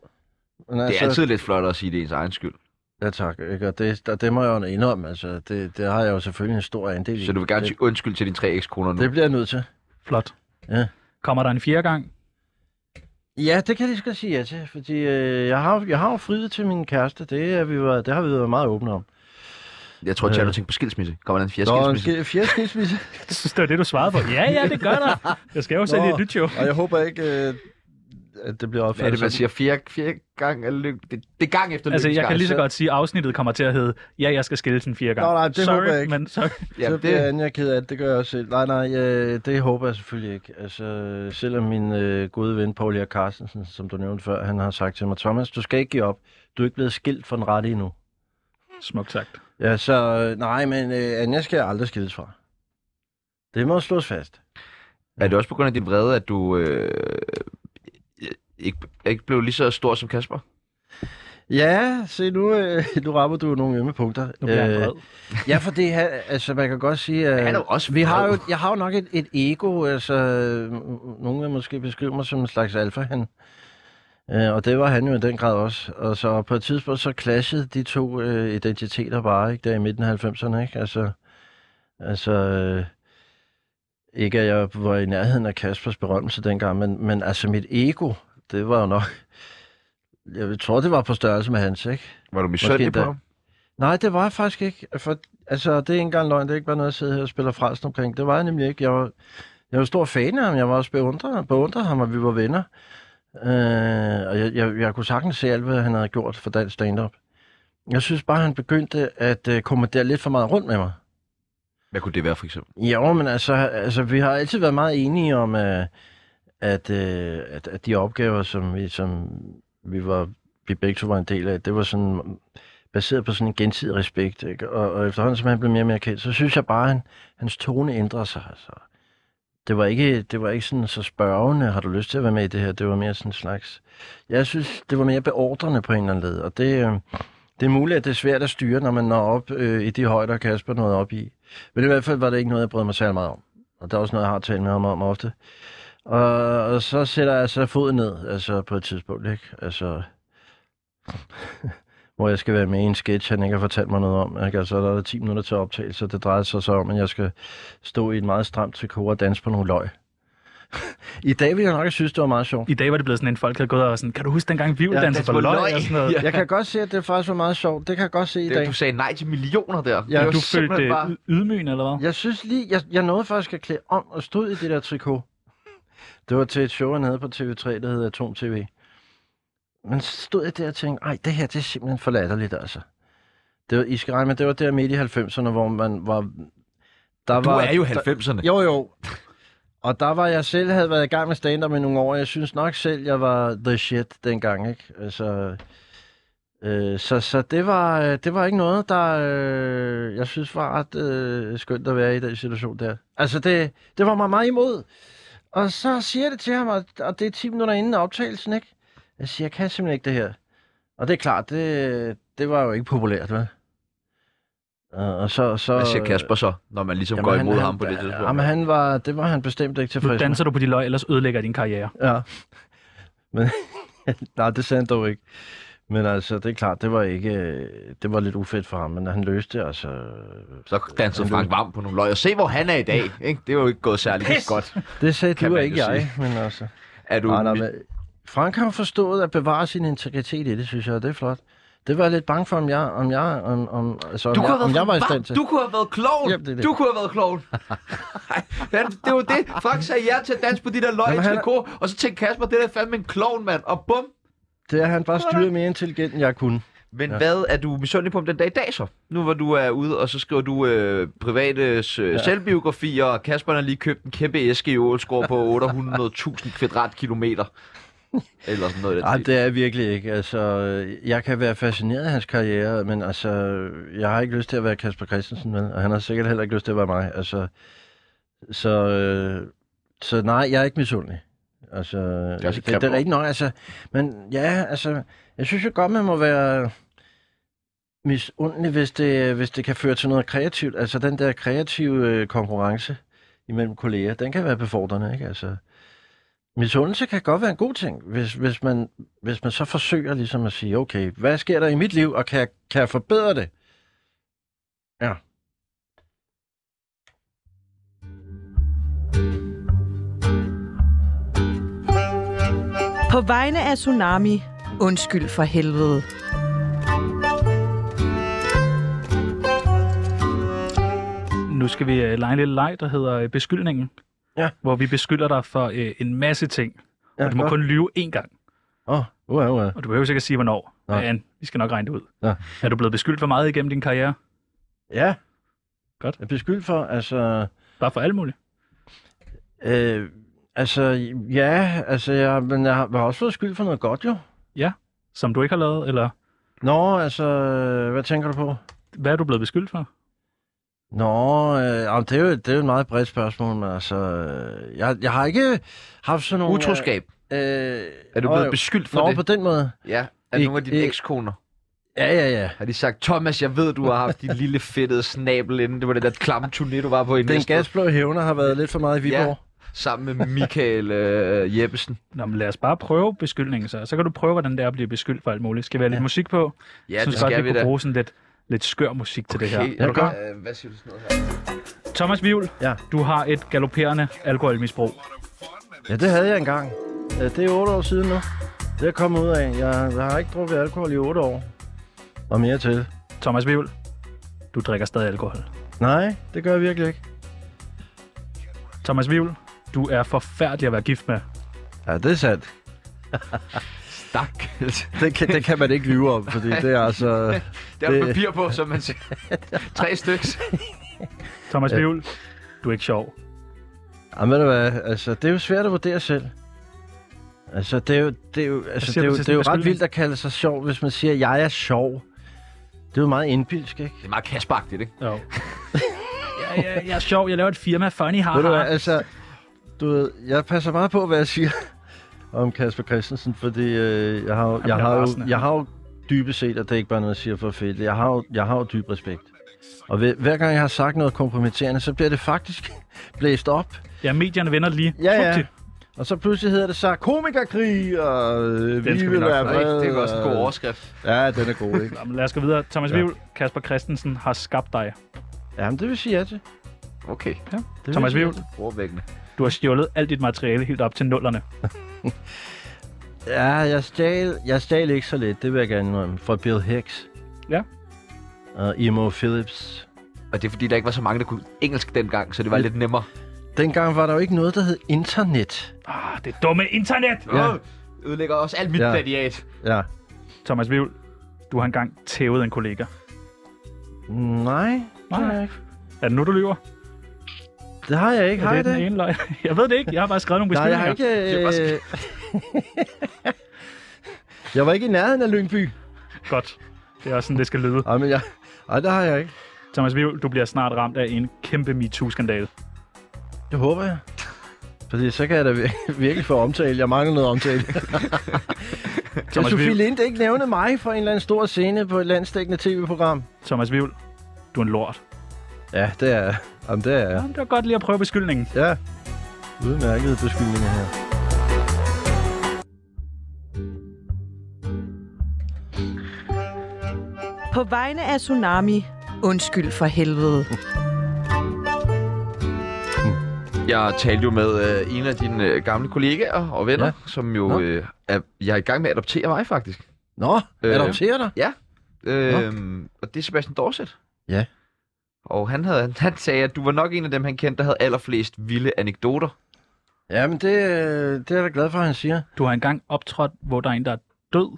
Speaker 3: Men altså-
Speaker 1: det er altid lidt flot at sige, det er ens egen skyld.
Speaker 3: Ja, tak. Ikke? Og det, der, det må jeg jo indrømme. Altså. Det, det har jeg jo selvfølgelig en stor andel i.
Speaker 1: Så du vil gerne
Speaker 3: det,
Speaker 1: sige undskyld til dine tre ekskoner nu?
Speaker 3: det bliver jeg nødt til.
Speaker 4: Flot.
Speaker 3: Ja.
Speaker 4: Kommer der en fjerde gang?
Speaker 3: Ja, det kan jeg lige så godt sige ja til, fordi øh, jeg, har, jeg har jo friet til min kæreste. Det, er vi var, det har vi været meget åbne om.
Speaker 1: Jeg tror, at
Speaker 3: Øh.
Speaker 1: Tjerno tænkte på skilsmisse. Kommer der en fjerde
Speaker 3: Nå, en
Speaker 1: skilsmisse?
Speaker 3: ske- fjerde skilsmisse.
Speaker 4: Jeg synes, det var det, du svarede på. Ja, ja, det gør der. Jeg skal jo sælge
Speaker 3: Nå.
Speaker 4: et nyt show.
Speaker 3: Og jeg håber ikke, øh, at det bliver
Speaker 1: Hvad er
Speaker 3: opfattet.
Speaker 1: det, man siger? Fjerde, fjerde gang er lykke. Det, det er gang efter
Speaker 4: Altså,
Speaker 1: lykkens
Speaker 4: jeg kan
Speaker 1: gang.
Speaker 4: lige så godt sige, at afsnittet kommer til at hedde, ja, jeg skal skille den fire gange.
Speaker 3: Nå, nej, det
Speaker 4: sorry,
Speaker 3: håber jeg ikke.
Speaker 4: Men sorry.
Speaker 3: Ja, så
Speaker 1: Ja,
Speaker 3: bliver
Speaker 1: det,
Speaker 3: Anja ked af det. Det gør jeg også selv. Nej, nej, øh, det håber jeg selvfølgelig ikke. Altså, selvom min øh, gode ven, Paul Erik Carstensen, som du nævnte før, han har sagt til mig, Thomas, du skal ikke give op. Du er ikke blevet skilt for den rette endnu.
Speaker 4: Smukt sagt.
Speaker 3: Ja, så øh, nej, men øh, Anja skal jeg aldrig skilles fra. Det må slås fast.
Speaker 1: er det også på grund af din vrede, at du øh, ikke, ikke blev lige så stor som Kasper?
Speaker 3: Ja, se nu, øh, nu rammer du nogle ømme punkter. Øh,
Speaker 4: Nu bliver jeg vred.
Speaker 3: ja, for det her, altså man kan godt sige,
Speaker 1: Han er
Speaker 3: at
Speaker 1: jo også
Speaker 3: vi har
Speaker 1: vred.
Speaker 3: jo, jeg har jo nok et, et ego, altså øh, nogen vil måske beskrive mig som en slags alfahan. Øh, og det var han jo i den grad også. Og så på et tidspunkt, så clashede de to øh, identiteter bare, ikke? Der i midten af 90'erne, ikke? Altså, altså øh, ikke at jeg var i nærheden af Kaspers berømmelse dengang, men, men altså mit ego, det var jo nok... Jeg tror, det var på størrelse med hans, ikke?
Speaker 1: Var du misundelig
Speaker 3: endda.
Speaker 1: på ham?
Speaker 3: Nej, det var jeg faktisk ikke. For, altså, det er ikke engang løgn. Det er ikke bare noget, jeg sidder her og spiller frelsen omkring. Det var jeg nemlig ikke. Jeg var, Jeg var stor fan af ham. Jeg var også beundret, beundret ham, og vi var venner. Øh, og jeg, jeg, jeg kunne sagtens se alt, hvad han havde gjort for dansk stand-up. Jeg synes bare, han begyndte at øh, kommentere lidt for meget rundt med mig.
Speaker 1: Hvad kunne det være, for eksempel?
Speaker 3: Jo, men altså, altså vi har altid været meget enige om, øh, at, øh, at, at de opgaver, som vi, som vi, var, vi begge to var en del af, det var sådan baseret på sådan en gensidig respekt. Ikke? Og, og efterhånden, som han blev mere og mere kendt, så synes jeg bare, at han, hans tone ændrede sig. Altså. Det var, ikke, det var ikke sådan så spørgende, har du lyst til at være med i det her? Det var mere sådan en slags... Jeg synes, det var mere beordrende på en eller anden led, og det, øh, det er muligt, at det er svært at styre, når man når op øh, i de højder, Kasper nåede op i. Men i hvert fald var det ikke noget, jeg brød mig særlig meget om. Og det er også noget, jeg har talt med ham om ofte. Og, og så sætter jeg så foden ned, altså på et tidspunkt, ikke? Altså, hvor jeg skal være med i en sketch, han ikke har fortalt mig noget om. Ikke? Altså, der er der 10 minutter til optagelse, og det drejer sig så om, at jeg skal stå i et meget stramt trikot og danse på nogle løg. I dag ville jeg nok synes, det var meget sjovt.
Speaker 4: I dag var det blevet sådan en, folk havde gået og sådan, kan du huske dengang vi ville
Speaker 3: Ja,
Speaker 4: danse
Speaker 1: dans
Speaker 4: på
Speaker 1: på
Speaker 4: løg?
Speaker 1: løg.
Speaker 4: Og sådan noget.
Speaker 3: Jeg kan godt se, at det faktisk var meget sjovt. Det kan jeg godt se i
Speaker 1: Det,
Speaker 3: dag.
Speaker 1: du sagde nej til millioner der.
Speaker 3: Ja,
Speaker 1: det
Speaker 4: Ja,
Speaker 1: var
Speaker 4: du
Speaker 1: simpelthen
Speaker 4: følte
Speaker 1: bare...
Speaker 4: bare... ydmygen, eller hvad?
Speaker 3: Jeg synes lige, jeg, jeg nåede faktisk at klæde om og stod i det der trikot. Det var til et show, han havde på TV3, der hedder Atom TV. Men så stod jeg der og tænkte, ej, det her, det er simpelthen for latterligt, altså. Det var, I skal regne med, det var der midt i 90'erne, hvor man var... Der
Speaker 1: Du
Speaker 3: var,
Speaker 1: er jo 90'erne.
Speaker 3: jo, jo. Og der var jeg selv, havde været i gang med stand-up i nogle år, og jeg synes nok selv, jeg var the shit dengang, ikke? Altså, øh, så, så det, var, øh, det var ikke noget, der øh, jeg synes var ret øh, skønt at være i den situation der. Altså, det, det var mig meget imod. Og så siger jeg det til ham, og, og det er 10 minutter inden optagelsen, ikke? Jeg siger, jeg kan simpelthen ikke det her. Og det er klart, det, det var jo ikke populært, vel? Og og så, så,
Speaker 1: Hvad siger Kasper så, når man ligesom går imod ham på det tidspunkt?
Speaker 3: Jamen, han var, det var han bestemt ikke
Speaker 4: Nu
Speaker 3: tilfreds med.
Speaker 4: danser du på de løg, ellers ødelægger jeg din karriere.
Speaker 3: Ja. Men, nej, det sagde han dog ikke. Men altså, det er klart, det var ikke, øh, det var lidt ufedt for ham, men han løste det, altså.
Speaker 1: Så dansede Frank Vam på nogle løg. Og se, hvor han er i dag. Ikke? Det var jo ikke gået særlig godt.
Speaker 3: Det sagde
Speaker 1: Kan
Speaker 3: du og
Speaker 1: man
Speaker 3: ikke
Speaker 1: jo
Speaker 3: jeg, men altså.
Speaker 1: Er du...
Speaker 3: Nej, nej, men Frank har jo forstået at bevare sin integritet i det, synes jeg, og det er flot. Det var jeg lidt bange for, om jeg, om jeg, om, om, altså, om,
Speaker 1: Du kunne,
Speaker 3: jeg,
Speaker 1: have
Speaker 3: om
Speaker 1: været,
Speaker 3: jeg var i
Speaker 1: Hva?
Speaker 3: stand til.
Speaker 1: du kunne have været klovn.
Speaker 3: Jamen, det er det.
Speaker 1: Du kunne have været klovn. Ej, han- det var det. Frank sagde ja til at danse på de der løg
Speaker 3: Jamen, han
Speaker 1: i
Speaker 3: er-
Speaker 1: trikot, og så tænkte Kasper, det der er fandme en klovn, mand. Og bum.
Speaker 3: Det er han bare styret mere intelligent, end jeg kunne.
Speaker 1: Men ja. hvad er du misundelig på om den dag i dag så? Nu hvor du er ude, og så skriver du øh, private øh, ja. selvbiografier, og Kasper har lige købt en kæmpe æske i Ålsgård på 800.000 kvadratkilometer. Eller sådan noget. i den
Speaker 3: Nej,
Speaker 1: stil.
Speaker 3: det er jeg virkelig ikke. Altså, øh, jeg kan være fascineret af hans karriere, men altså, øh, jeg har ikke lyst til at være Kasper Christensen, vel? og han har sikkert heller ikke lyst til at være mig. Altså, så, øh, så nej, jeg er ikke misundelig. Altså, det,
Speaker 1: også et
Speaker 3: det, det
Speaker 1: grimt
Speaker 3: er
Speaker 1: ord.
Speaker 3: ikke nok. Altså, men ja, altså, jeg synes jo godt, man må være misundelig, hvis det, hvis det kan føre til noget kreativt. Altså, den der kreative øh, konkurrence imellem kolleger, den kan være befordrende, ikke? Altså, misundelse kan godt være en god ting, hvis, hvis, man, hvis man så forsøger ligesom at sige, okay, hvad sker der i mit liv, og kan, jeg- kan jeg forbedre det? Ja.
Speaker 5: På vegne af Tsunami, undskyld for helvede.
Speaker 4: Nu skal vi øh, lege en lille leg, der hedder øh, beskyldningen.
Speaker 3: Ja.
Speaker 4: Hvor vi beskylder dig for øh, en masse ting.
Speaker 3: ja
Speaker 4: og du må kun lyve én gang.
Speaker 3: Åh, oh, uha, uha.
Speaker 4: Og du behøver sikkert sige, hvornår.
Speaker 3: Nej.
Speaker 4: Men vi skal nok regne det ud.
Speaker 3: Ja.
Speaker 4: Er du blevet beskyldt for meget igennem din karriere?
Speaker 3: Ja.
Speaker 4: Godt.
Speaker 3: Jeg er beskyldt for, altså...
Speaker 4: Bare for alt muligt.
Speaker 3: Øh, altså, ja, altså, jeg, men jeg har, jeg har også fået skyld for noget godt, jo.
Speaker 4: Som du ikke har lavet? Eller
Speaker 3: Nå, altså, hvad tænker du på?
Speaker 4: hvad er du blevet beskyldt for?
Speaker 3: Nå, øh, jamen, det, er jo, det er jo et meget bredt spørgsmål, men altså, øh, jeg, jeg har ikke haft sådan nogle...
Speaker 1: Utroskab.
Speaker 3: Øh,
Speaker 1: Er du blevet beskyldt for
Speaker 3: Nå,
Speaker 1: det?
Speaker 3: på den måde.
Speaker 1: Ja, af
Speaker 3: I-
Speaker 1: nogle af dine
Speaker 3: I-
Speaker 1: ekskoner.
Speaker 3: Ja, ja, ja.
Speaker 1: Har de sagt, Thomas, jeg ved, du har haft din lille fedtede snabel inden. Det var den der klamme turné, du var på i
Speaker 3: Den
Speaker 1: Næstved,
Speaker 3: gasblå hævner har været lidt for meget i Viborg.
Speaker 1: Sammen med Michael øh, Jeppesen.
Speaker 4: Nå, men lad os bare prøve beskyldningen så. Så kan du prøve, hvordan det er at blive beskyldt for alt muligt. Skal vi have lidt
Speaker 3: Ja.
Speaker 4: musik på?
Speaker 1: Ja,
Speaker 4: Jeg synes
Speaker 1: det
Speaker 4: godt,
Speaker 1: skal
Speaker 4: vi
Speaker 1: vi
Speaker 4: kunne
Speaker 1: da.
Speaker 4: bruge sådan lidt, lidt skør musik til det her.
Speaker 1: Okay,
Speaker 3: Jeg
Speaker 1: er du
Speaker 3: gør.
Speaker 1: klar? Øh, Hvad siger du sådan noget her?
Speaker 4: Thomas Vivl,
Speaker 3: Ja.
Speaker 4: du har et galopperende alkoholmisbrug.
Speaker 3: Ja, det havde jeg engang. Øh, Det er otte år siden nu. Det er jeg kommet ud af. Jeg, jeg har ikke drukket alkohol i otte år. Og mere til.
Speaker 4: Thomas Vivl, du drikker stadig alkohol.
Speaker 3: Nej, det gør jeg virkelig ikke.
Speaker 4: Thomas Vivl, du er forfærdelig at være gift med.
Speaker 3: Ja, det er sandt.
Speaker 1: Stakkels.
Speaker 3: Det kan, det kan man ikke lyve om, fordi det er altså...
Speaker 1: Der er
Speaker 3: Det-
Speaker 1: papir på, som man siger. Tre styks.
Speaker 4: Thomas
Speaker 3: Ja.
Speaker 4: Bivl, du er ikke sjov.
Speaker 3: Jamen, ved du hvad, altså, det er jo svært at vurdere selv. Altså, det er jo, det er jo, altså, det
Speaker 4: siger
Speaker 3: er
Speaker 4: du
Speaker 3: jo,
Speaker 4: til
Speaker 3: det er
Speaker 4: sådan
Speaker 3: jo
Speaker 4: en
Speaker 3: ret
Speaker 4: beskyldning?
Speaker 3: vildt at kalde sig sjov, hvis man siger, at jeg er sjov. Det er jo meget indbilsk, ikke?
Speaker 1: Det er meget kasperagtigt, ikke?
Speaker 4: Jo. jeg, jeg, jeg er sjov, jeg laver et firma, funny
Speaker 3: Ved du hvad,
Speaker 4: haha.
Speaker 3: altså, du ved, jeg passer meget på, hvad jeg siger om Kasper Christensen, fordi øh, jeg, har, jo- jeg,
Speaker 4: jeg er
Speaker 3: har jo,
Speaker 4: rasende.
Speaker 3: jeg har jo dybest set, at det er ikke bare noget, jeg siger for fedt. Jeg har jo, jeg har jo dyb respekt. Og ved, hver gang jeg har sagt noget kompromitterende, så bliver det faktisk blæst op.
Speaker 4: Ja, medierne vender lige.
Speaker 3: Ja, ja.
Speaker 4: Fugtigt.
Speaker 3: Og så pludselig hedder det så komikerkrig, og øh,
Speaker 4: Den
Speaker 3: vi
Speaker 4: skal vi
Speaker 3: vil
Speaker 4: nok
Speaker 3: være
Speaker 4: få.
Speaker 1: Nej,
Speaker 3: vrede.
Speaker 1: det er jo også en god
Speaker 3: og-
Speaker 1: overskrift.
Speaker 3: Ja, den er god, ikke?
Speaker 4: Nå, men lad os gå videre. Thomas
Speaker 3: Ja.
Speaker 4: Bivl, Kasper Christensen har skabt dig.
Speaker 3: Jamen, det vil sige ja til. Det
Speaker 1: Okay,
Speaker 3: vil
Speaker 4: Thomas
Speaker 3: sige ja
Speaker 4: Bivl,
Speaker 3: til.
Speaker 1: overvæggende.
Speaker 4: du har stjålet alt dit materiale helt op til nullerne.
Speaker 3: Ja, jeg stjal, jeg stjal ikke så lidt, det vil jeg gerne indrømme, fra Bill Hicks.
Speaker 4: Ja.
Speaker 3: Og Imo Phillips.
Speaker 1: Og det er fordi, der ikke var så mange, der kunne engelsk dengang, så det var lidt nemmere.
Speaker 3: Dengang var der jo ikke noget, der hed internet.
Speaker 4: Ah, det dumme internet!
Speaker 3: Ja.
Speaker 1: Åh, ødelægger også alt mit
Speaker 3: Ja.
Speaker 1: plagiat.
Speaker 3: Ja.
Speaker 4: Thomas Bivl, du har engang tævet en kollega.
Speaker 3: Nej, det har jeg ikke.
Speaker 4: Er det nu, du lyver?
Speaker 3: Det har jeg ikke, har
Speaker 4: er
Speaker 3: jeg
Speaker 4: det
Speaker 3: det?
Speaker 4: den ene løgn? Jeg ved det ikke. Jeg har bare skrevet nogle
Speaker 3: Nej, jeg
Speaker 4: beskyldninger.
Speaker 3: har
Speaker 1: Det er bare
Speaker 3: ikke... Øh... jeg var ikke i nærheden af Lyngby.
Speaker 4: Godt. Det er også sådan, det skal lyde.
Speaker 3: Ej, men jeg... Ej, det har jeg ikke.
Speaker 4: Thomas Bivl, du bliver snart ramt af en kæmpe MeToo-skandale.
Speaker 3: Det håber jeg. Fordi så kan jeg da vir- virkelig få omtale. Jeg mangler noget omtale. Kan Sofie
Speaker 4: Wivel.
Speaker 3: Lind ikke nævne mig for en eller anden stor scene på et landstækkende tv-program?
Speaker 4: Thomas Bivl, du er en lort.
Speaker 3: Ja, det er jeg. Jamen, det er
Speaker 4: Ja.
Speaker 3: jeg.
Speaker 4: Det var godt lige at prøve beskyldningen.
Speaker 3: Ja. Udmærkede beskyldninger her.
Speaker 5: På vegne af Tsunami, undskyld for helvede.
Speaker 1: Jeg talte jo med øh, en af dine øh, gamle kollegaer og venner,
Speaker 3: Ja.
Speaker 1: ja. som jo
Speaker 3: Nå.
Speaker 1: øh, er, jeg er i gang med at adoptere mig, faktisk.
Speaker 3: Nå,
Speaker 1: Øh.
Speaker 3: adopterer dig?
Speaker 1: Øhm, og det er Sebastian Dorset.
Speaker 3: Ja.
Speaker 1: Og han, havde, han sagde, at du var nok en af dem, han kendte, der havde allerflest vilde anekdoter.
Speaker 3: Jamen, det, øh, det er jeg da glad for, at han siger.
Speaker 4: Du har engang optrådt, hvor der er en, der er død.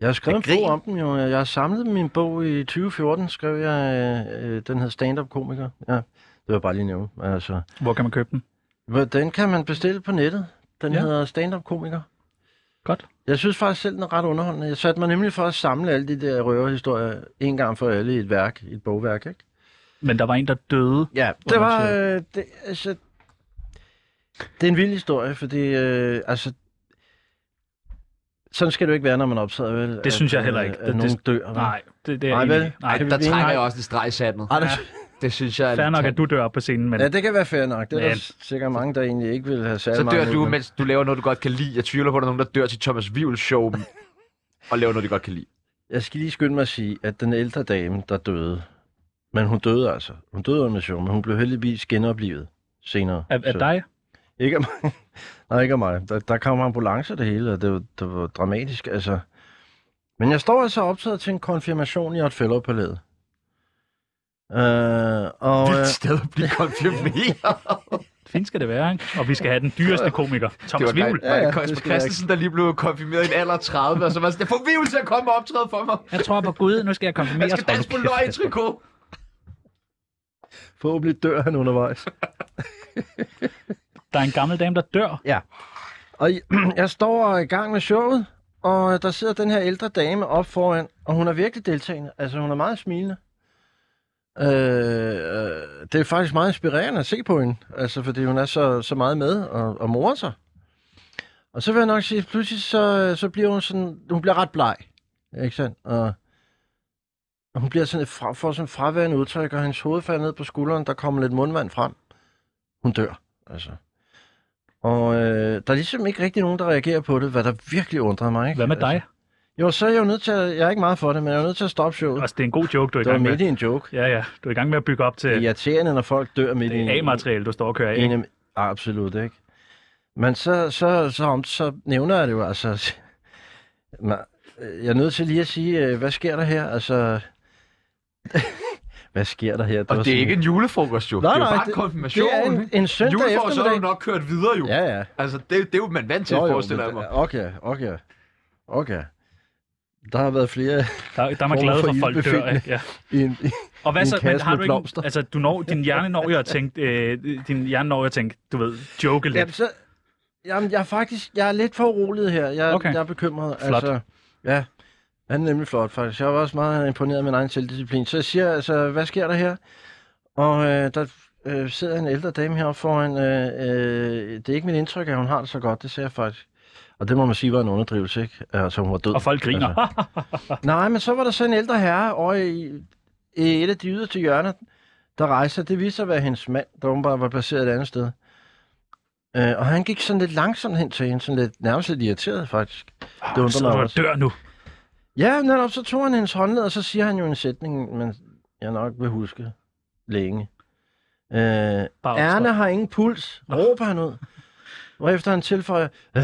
Speaker 3: Jeg har skrevet
Speaker 1: Jeg
Speaker 3: en bog
Speaker 1: griner.
Speaker 3: om dem jo. Jeg har samlet min bog i 2014, skrev jeg. Øh, øh, den hedder Stand Up Komiker. Ja, det var bare lige nævnt. Altså,
Speaker 4: Hvor kan man købe den?
Speaker 3: hvor- den kan man bestille på nettet. Den
Speaker 4: Ja.
Speaker 3: ja. hedder Stand Up Komiker.
Speaker 4: Godt.
Speaker 3: Jeg synes faktisk selv, den er ret underholdende. Jeg satte mig nemlig for at samle alle de der røverhistorier en gang for alle i et værk, i et bogværk, ikke?
Speaker 4: Men der var en, der døde.
Speaker 3: Ja, det var... Øh, det, altså, det er en vild historie, fordi... Øh, altså, sådan skal det jo ikke være, når man optræder, vel? Det
Speaker 4: synes jeg heller ikke.
Speaker 3: At,
Speaker 4: Det-
Speaker 3: at nogen dør. vel?
Speaker 4: Nej, det, det er
Speaker 3: Nej,
Speaker 4: jeg enig i.
Speaker 3: vel?
Speaker 4: Nej,
Speaker 1: Ej,
Speaker 4: det
Speaker 1: der
Speaker 4: er
Speaker 1: trækker jeg også en streg i sandet.
Speaker 3: Ej, det,
Speaker 1: Det synes jeg er
Speaker 4: fair
Speaker 1: lidt
Speaker 4: nok,
Speaker 1: tandt.
Speaker 4: at du dør op på scenen, men
Speaker 3: Ja, det kan være fair nok. Det er
Speaker 4: Men-
Speaker 3: der sikkert mange, der egentlig ikke vil have særlig
Speaker 1: Så
Speaker 3: meget
Speaker 1: dør
Speaker 4: øh,
Speaker 3: med,
Speaker 1: du,
Speaker 3: men-
Speaker 1: mens du laver noget, du godt kan lide. Jeg tvivler på, at der er nogen, der dør til Thomas Vivels show og laver noget, de godt kan lide.
Speaker 3: Jeg skal lige skynde mig at sige, at den ældre dame, der døde, men hun døde altså. Hun døde under show, men hun blev heldigvis genoplivet senere.
Speaker 4: af, af
Speaker 3: Så-
Speaker 4: dig?
Speaker 3: Ikke af mig. Nej, ikke af mig. Der, der kom ambulancer det hele, og det var, det var dramatisk, altså. Men jeg står altså optaget til en konfirmation i Otfellow Palæet. Øh, og, øh,
Speaker 1: Vildt sted at blive konfirmeret.
Speaker 4: Fint skal det være, ikke? Og vi skal have den dyreste komiker,
Speaker 1: Det
Speaker 4: Thomas
Speaker 1: var Vivl.
Speaker 4: Vivl.
Speaker 3: Ja, ja, det
Speaker 1: Kasper
Speaker 3: skal jeg
Speaker 1: Christensen, der lige blev konfirmeret i en alder af 30, og så var sådan, jeg får Vivl til at komme og optræde for mig.
Speaker 4: Jeg tror på Gud, nu skal jeg konfirmere.
Speaker 1: Jeg skal danse på løg i trikot.
Speaker 3: forhåbentlig dør han undervejs.
Speaker 4: Der er en gammel dame, der dør.
Speaker 3: Og i- jeg står i gang med showet, og der sidder den her ældre dame op foran, og hun er virkelig deltagende. Altså, hun er meget smilende. Øh, øh, det er faktisk meget inspirerende at se på hende, altså, fordi hun er så, så meget med og, og morer sig. Og så vil jeg nok sige, at pludselig så, så bliver hun sådan, hun bliver ret bleg, ikke sandt? Og, og hun bliver sådan et fra, får sådan et fraværende udtryk, og hendes hoved falder ned på skulderen, der kommer lidt mundvand frem. Hun dør, altså. Og øh, der er ligesom ikke rigtig nogen, der reagerer på det, hvad der virkelig undrer mig. Ikke?
Speaker 4: Hvad med dig?
Speaker 3: Altså, jo, så er jeg jo nødt til at, jeg er ikke meget for det, men jeg er nødt til at stoppe showet.
Speaker 4: Altså, det er en god joke, du er i
Speaker 3: Det var
Speaker 4: gang med.
Speaker 3: midt i en joke.
Speaker 4: Ja, ja. Du er i gang med at bygge op til
Speaker 3: Det er irriterende, når folk dør midt i en...
Speaker 4: A-materiale, du står og kører af.
Speaker 3: en ah, absolut, ikke? Men så, så, så, om, så nævner jeg det jo altså... Man, jeg er nødt til lige at sige, øh, hvad sker der her? Altså... hvad sker der her? Det
Speaker 1: Og
Speaker 3: var
Speaker 1: det er
Speaker 3: sådan-
Speaker 1: ikke en julefrokost, jo.
Speaker 3: Nej,
Speaker 1: det er jo
Speaker 3: nej,
Speaker 1: bare en
Speaker 3: det-
Speaker 1: konfirmation.
Speaker 3: det er en, en søndag
Speaker 1: julefrokost, så er du
Speaker 3: eftermiddag.
Speaker 1: nok kørt videre, jo.
Speaker 3: Ja, ja.
Speaker 1: Altså, det, det er jo man vant til,
Speaker 3: Jo, jo,
Speaker 1: forestiller jeg
Speaker 3: men
Speaker 1: mig.
Speaker 3: det- Okay, okay, okay. Der har været flere
Speaker 4: Der, der er man
Speaker 3: Former
Speaker 4: glad
Speaker 3: for
Speaker 4: for, at folk dør.
Speaker 3: ildbefindende.
Speaker 4: Ikke? Ja.
Speaker 3: i en...
Speaker 4: Og hvad
Speaker 3: en
Speaker 4: så, men
Speaker 3: kasse
Speaker 4: har
Speaker 3: med
Speaker 4: du
Speaker 3: blomster.
Speaker 4: ikke, altså, du når, din hjerne når jo at tænke, øh, din hjerne når jo at tænke, du ved, joke lidt.
Speaker 3: Jamen, så... Jamen, jeg er faktisk... Jeg er lidt for urolig her. Jeg,
Speaker 4: Okay.
Speaker 3: okay. jeg er bekymret. Altså,
Speaker 4: Flot.
Speaker 3: ja, han er nemlig flot, faktisk. Jeg var også meget imponeret af min egen selvdisciplin. Så jeg siger, altså, hvad sker der her? Og øh, der øh, sidder en ældre dame heroppe foran. Øh, øh, det er ikke mit indtryk, at hun har det så godt. Det ser jeg faktisk. Og det må man sige var en underdrivelse, ikke? Altså, hun var død.
Speaker 4: Og folk griner.
Speaker 3: Altså, Nej, men så var der så en ældre herre over i, i et af de yderste hjørner, der rejser. Det viste sig at være hendes mand, der åbenbart var placeret et andet sted. Øh, og han gik sådan lidt langsomt hen til hende, sådan lidt, nærmest lidt irriteret faktisk.
Speaker 4: Ah,
Speaker 3: undrer
Speaker 4: sidder
Speaker 3: mig
Speaker 4: du og
Speaker 3: også.
Speaker 4: dør nu.
Speaker 3: Ja, netop så tog han hendes håndled, og så siger han jo en sætning, men jeg nok vil huske længe. Øh,
Speaker 4: Bare
Speaker 3: Erna har ingen puls, råber han ud. Hvorefter han tilføjer, øh.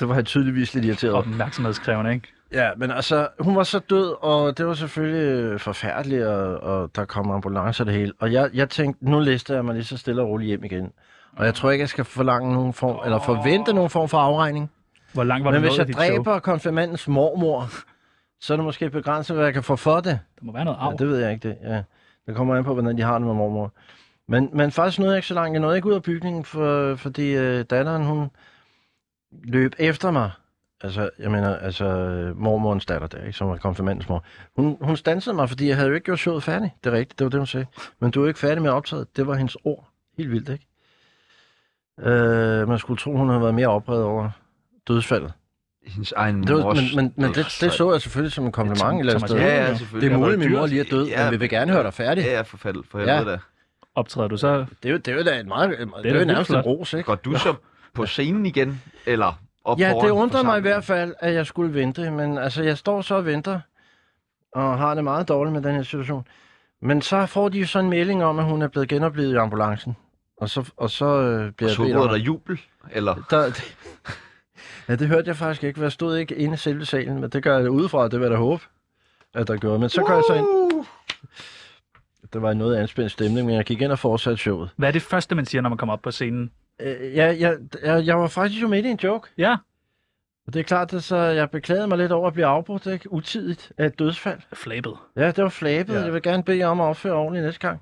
Speaker 3: Det var han tydeligvis lidt irriteret over.
Speaker 4: Opmærksomhedskrævende, ikke?
Speaker 3: Ja, men altså, hun var så død, og det var selvfølgelig øh, forfærdeligt, og, og der kom ambulancer og det hele. Og jeg, jeg tænkte, nu lister jeg mig lige så stille og roligt hjem igen. Og jeg tror ikke, jeg skal forlange nogen form, eller forvente nogen form for afregning.
Speaker 4: Hvor langt var
Speaker 3: Men
Speaker 4: det
Speaker 3: hvis
Speaker 4: nået i
Speaker 3: jeg
Speaker 4: dit show?
Speaker 3: dræber konfirmandens mormor, så er det måske begrænset, hvad jeg kan få for det.
Speaker 4: Der må være noget
Speaker 3: Ja,
Speaker 4: af.
Speaker 3: det ved jeg ikke det. Ja. Det kommer an på, hvordan de har det med mormor. Men, men faktisk nåede jeg ikke så langt. Jeg nåede ikke ud af bygningen, for, fordi øh, datteren, hun løb efter mig. Altså, jeg mener, altså øh, mormorens datter der, ikke, som var konfirmandens mor. Hun, hun stansede mig, fordi jeg havde jo ikke gjort showet færdig. Det er rigtigt, det var det, hun sagde. Men du er ikke færdig med optaget. Det var hendes ord. Helt vildt, ikke? Øh, man skulle tro, hun havde været mere oprevet over dødsfaldet.
Speaker 1: Hendes egen
Speaker 3: Det var, men men, men det, det, så jeg selvfølgelig som en kompliment et eller andet
Speaker 4: Thomas
Speaker 3: sted.
Speaker 4: Jensen.
Speaker 1: Ja, ja,
Speaker 4: Det
Speaker 1: selvfølgelig.
Speaker 3: Det er
Speaker 1: Jeg var
Speaker 3: muligt, min
Speaker 1: dyr.
Speaker 3: mor lige er død,
Speaker 1: Ja,
Speaker 3: men vi vil gerne høre dig færdig.
Speaker 1: Ja, ja, for, fald, for helvede da.
Speaker 4: Optræder du så?
Speaker 3: Det er jo, det er jo da et meget, det er,
Speaker 4: da
Speaker 3: det er jo nærmest
Speaker 4: vildt
Speaker 3: en
Speaker 4: flot.
Speaker 3: ros, ikke?
Speaker 1: Går du så på scenen igen, eller op
Speaker 3: Ja,
Speaker 1: foran
Speaker 3: det undrer mig
Speaker 1: forsamlingen?
Speaker 3: i hvert fald, at jeg skulle vente, men altså, jeg står så og venter, og har det meget dårligt med den her situation. Men så får de jo så en melding om, at hun er blevet genoplevet i ambulancen, og så, og så øh, bliver
Speaker 1: Så
Speaker 3: jeg bedt
Speaker 1: råder
Speaker 3: om...
Speaker 1: der jubel, eller?
Speaker 3: Der, ja, det hørte jeg faktisk ikke, for jeg stod ikke inde i selve salen, men det gør jeg udefra, det vil jeg da håbe, at der gjorde. Men så går jeg så ind... Der var en noget anspændt stemning, men jeg gik ind og fortsatte showet.
Speaker 4: Hvad er det første, man siger, når man kommer op på scenen?
Speaker 3: Øh, jeg, jeg, jeg, jeg var faktisk jo midt i en joke.
Speaker 4: Ja,
Speaker 3: Og det er klart, at så jeg beklagede mig lidt over at blive afbrudt ikke? utidigt af et dødsfald.
Speaker 4: flabet.
Speaker 3: Ja, det var flabet. Ja. Jeg vil gerne bede jer om at opføre ordentligt næste gang.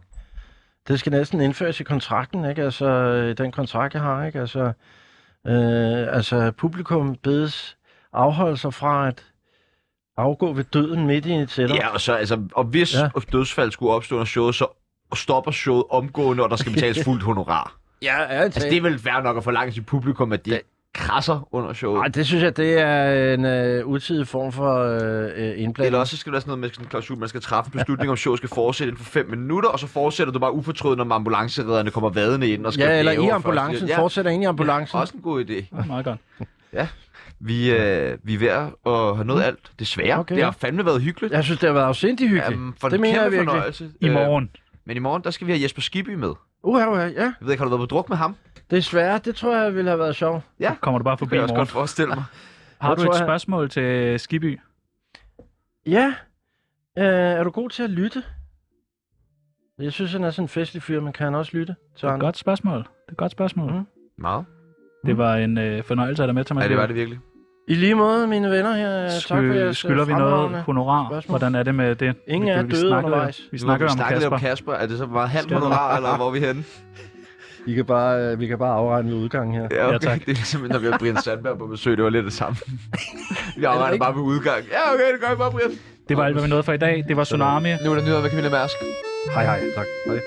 Speaker 3: Det skal næsten indføres i kontrakten, ikke? Altså, øh, den kontrakt, jeg har, ikke? Altså, øh, altså publikum bedes afholde sig fra at afgå ved døden midt i et setup.
Speaker 1: Ja, og, så, altså, og hvis
Speaker 3: Ja.
Speaker 1: ja. dødsfald skulle opstå under showet, så stopper showet omgående, og der skal betales fuldt honorar.
Speaker 3: ja
Speaker 1: Altså, det er vel fair nok at forlange sit publikum, at de krasser under showet.
Speaker 3: Ej, det synes jeg, det er en øh, utidig form for øh, øh, indblanding.
Speaker 1: Eller også så skal der være sådan noget med sådan en klausul, man skal træffe en beslutning om showet skal fortsætte inden for 5 minutter, og så fortsætter du bare ufortrødende, når ambulanceredderne kommer vadende ind og skal
Speaker 3: Ja, eller
Speaker 1: bæve
Speaker 3: i
Speaker 1: og
Speaker 3: ambulancen.
Speaker 1: først- Ja,
Speaker 3: Fortsætter ind i ambulancen.
Speaker 1: også en god idé.
Speaker 4: Det er meget godt.
Speaker 1: Vi, øh, vi er ved at have nået alt, desværre.
Speaker 3: Mm. Okay.
Speaker 1: Okay. Det har fandme været hyggeligt.
Speaker 3: Jeg synes, det har været afsindig hyggeligt.
Speaker 1: Jamen, for
Speaker 3: det
Speaker 1: en
Speaker 3: mener jeg
Speaker 1: kæmpe
Speaker 3: virkelig.
Speaker 1: fornøjelse.
Speaker 4: I
Speaker 1: Øh,
Speaker 4: morgen.
Speaker 1: Men i morgen, der skal vi have Jesper Skibby med.
Speaker 3: Uha, uha, ja.
Speaker 1: Jeg ved ikke, har du været på druk med ham? Det
Speaker 3: Desværre, det tror jeg ville have været sjovt.
Speaker 1: ja.
Speaker 4: Kommer du bare
Speaker 1: kan
Speaker 4: forbi i
Speaker 1: jeg også godt
Speaker 4: morgen?
Speaker 1: forestille mig.
Speaker 4: Har
Speaker 3: Jeg
Speaker 4: du et
Speaker 3: tror, jeg-
Speaker 4: spørgsmål til Skiby?
Speaker 3: Ja. Øh, er du god til at lytte? Jeg synes, han er sådan en festlig fyr, men kan han også lytte til
Speaker 4: Det er et
Speaker 3: andre?
Speaker 4: godt spørgsmål. Det er et godt spørgsmål.
Speaker 3: Mm.
Speaker 1: Meget.
Speaker 4: Det var en øh, fornøjelse at have dig med, Thomas.
Speaker 1: Mm-hmm. Ja, det var
Speaker 4: Lund.
Speaker 1: det virkelig.
Speaker 3: I lige måde, mine venner her. øh, Tak for
Speaker 4: Sky-
Speaker 3: jeres øh,
Speaker 4: Skylder vi noget
Speaker 3: fremragende-
Speaker 4: honorar?
Speaker 3: spørgsmål.
Speaker 4: Hvordan er det med det?
Speaker 3: Ingen
Speaker 4: Vi-
Speaker 3: er
Speaker 4: vi
Speaker 3: døde
Speaker 4: snakkede-
Speaker 3: undervejs.
Speaker 4: Vi
Speaker 1: Nu
Speaker 4: snakker
Speaker 1: har
Speaker 4: om
Speaker 1: snakket
Speaker 4: Kasper.
Speaker 1: om Kasper. Er det så meget halvt
Speaker 4: Skal jeg-
Speaker 1: honorar, eller hvor er vi henne?
Speaker 3: I kan bare, øh, vi kan bare afregne ved udgangen her.
Speaker 1: Ja, okay.
Speaker 4: Ja, tak.
Speaker 1: Det er ligesom, når vi har Brian Sandberg på besøg. Det var lidt det samme. Jeg
Speaker 3: Er det
Speaker 1: arbejder
Speaker 3: ikke?
Speaker 1: bare med udgang. Ja, okay, det gør jeg bare, Brian.
Speaker 4: Det var alt, hvad vi nåede for i dag. Det var Tsunami.
Speaker 1: Nu er der nyheder med Camilla Mærsk.
Speaker 3: Hej, hej. Tak. Hej.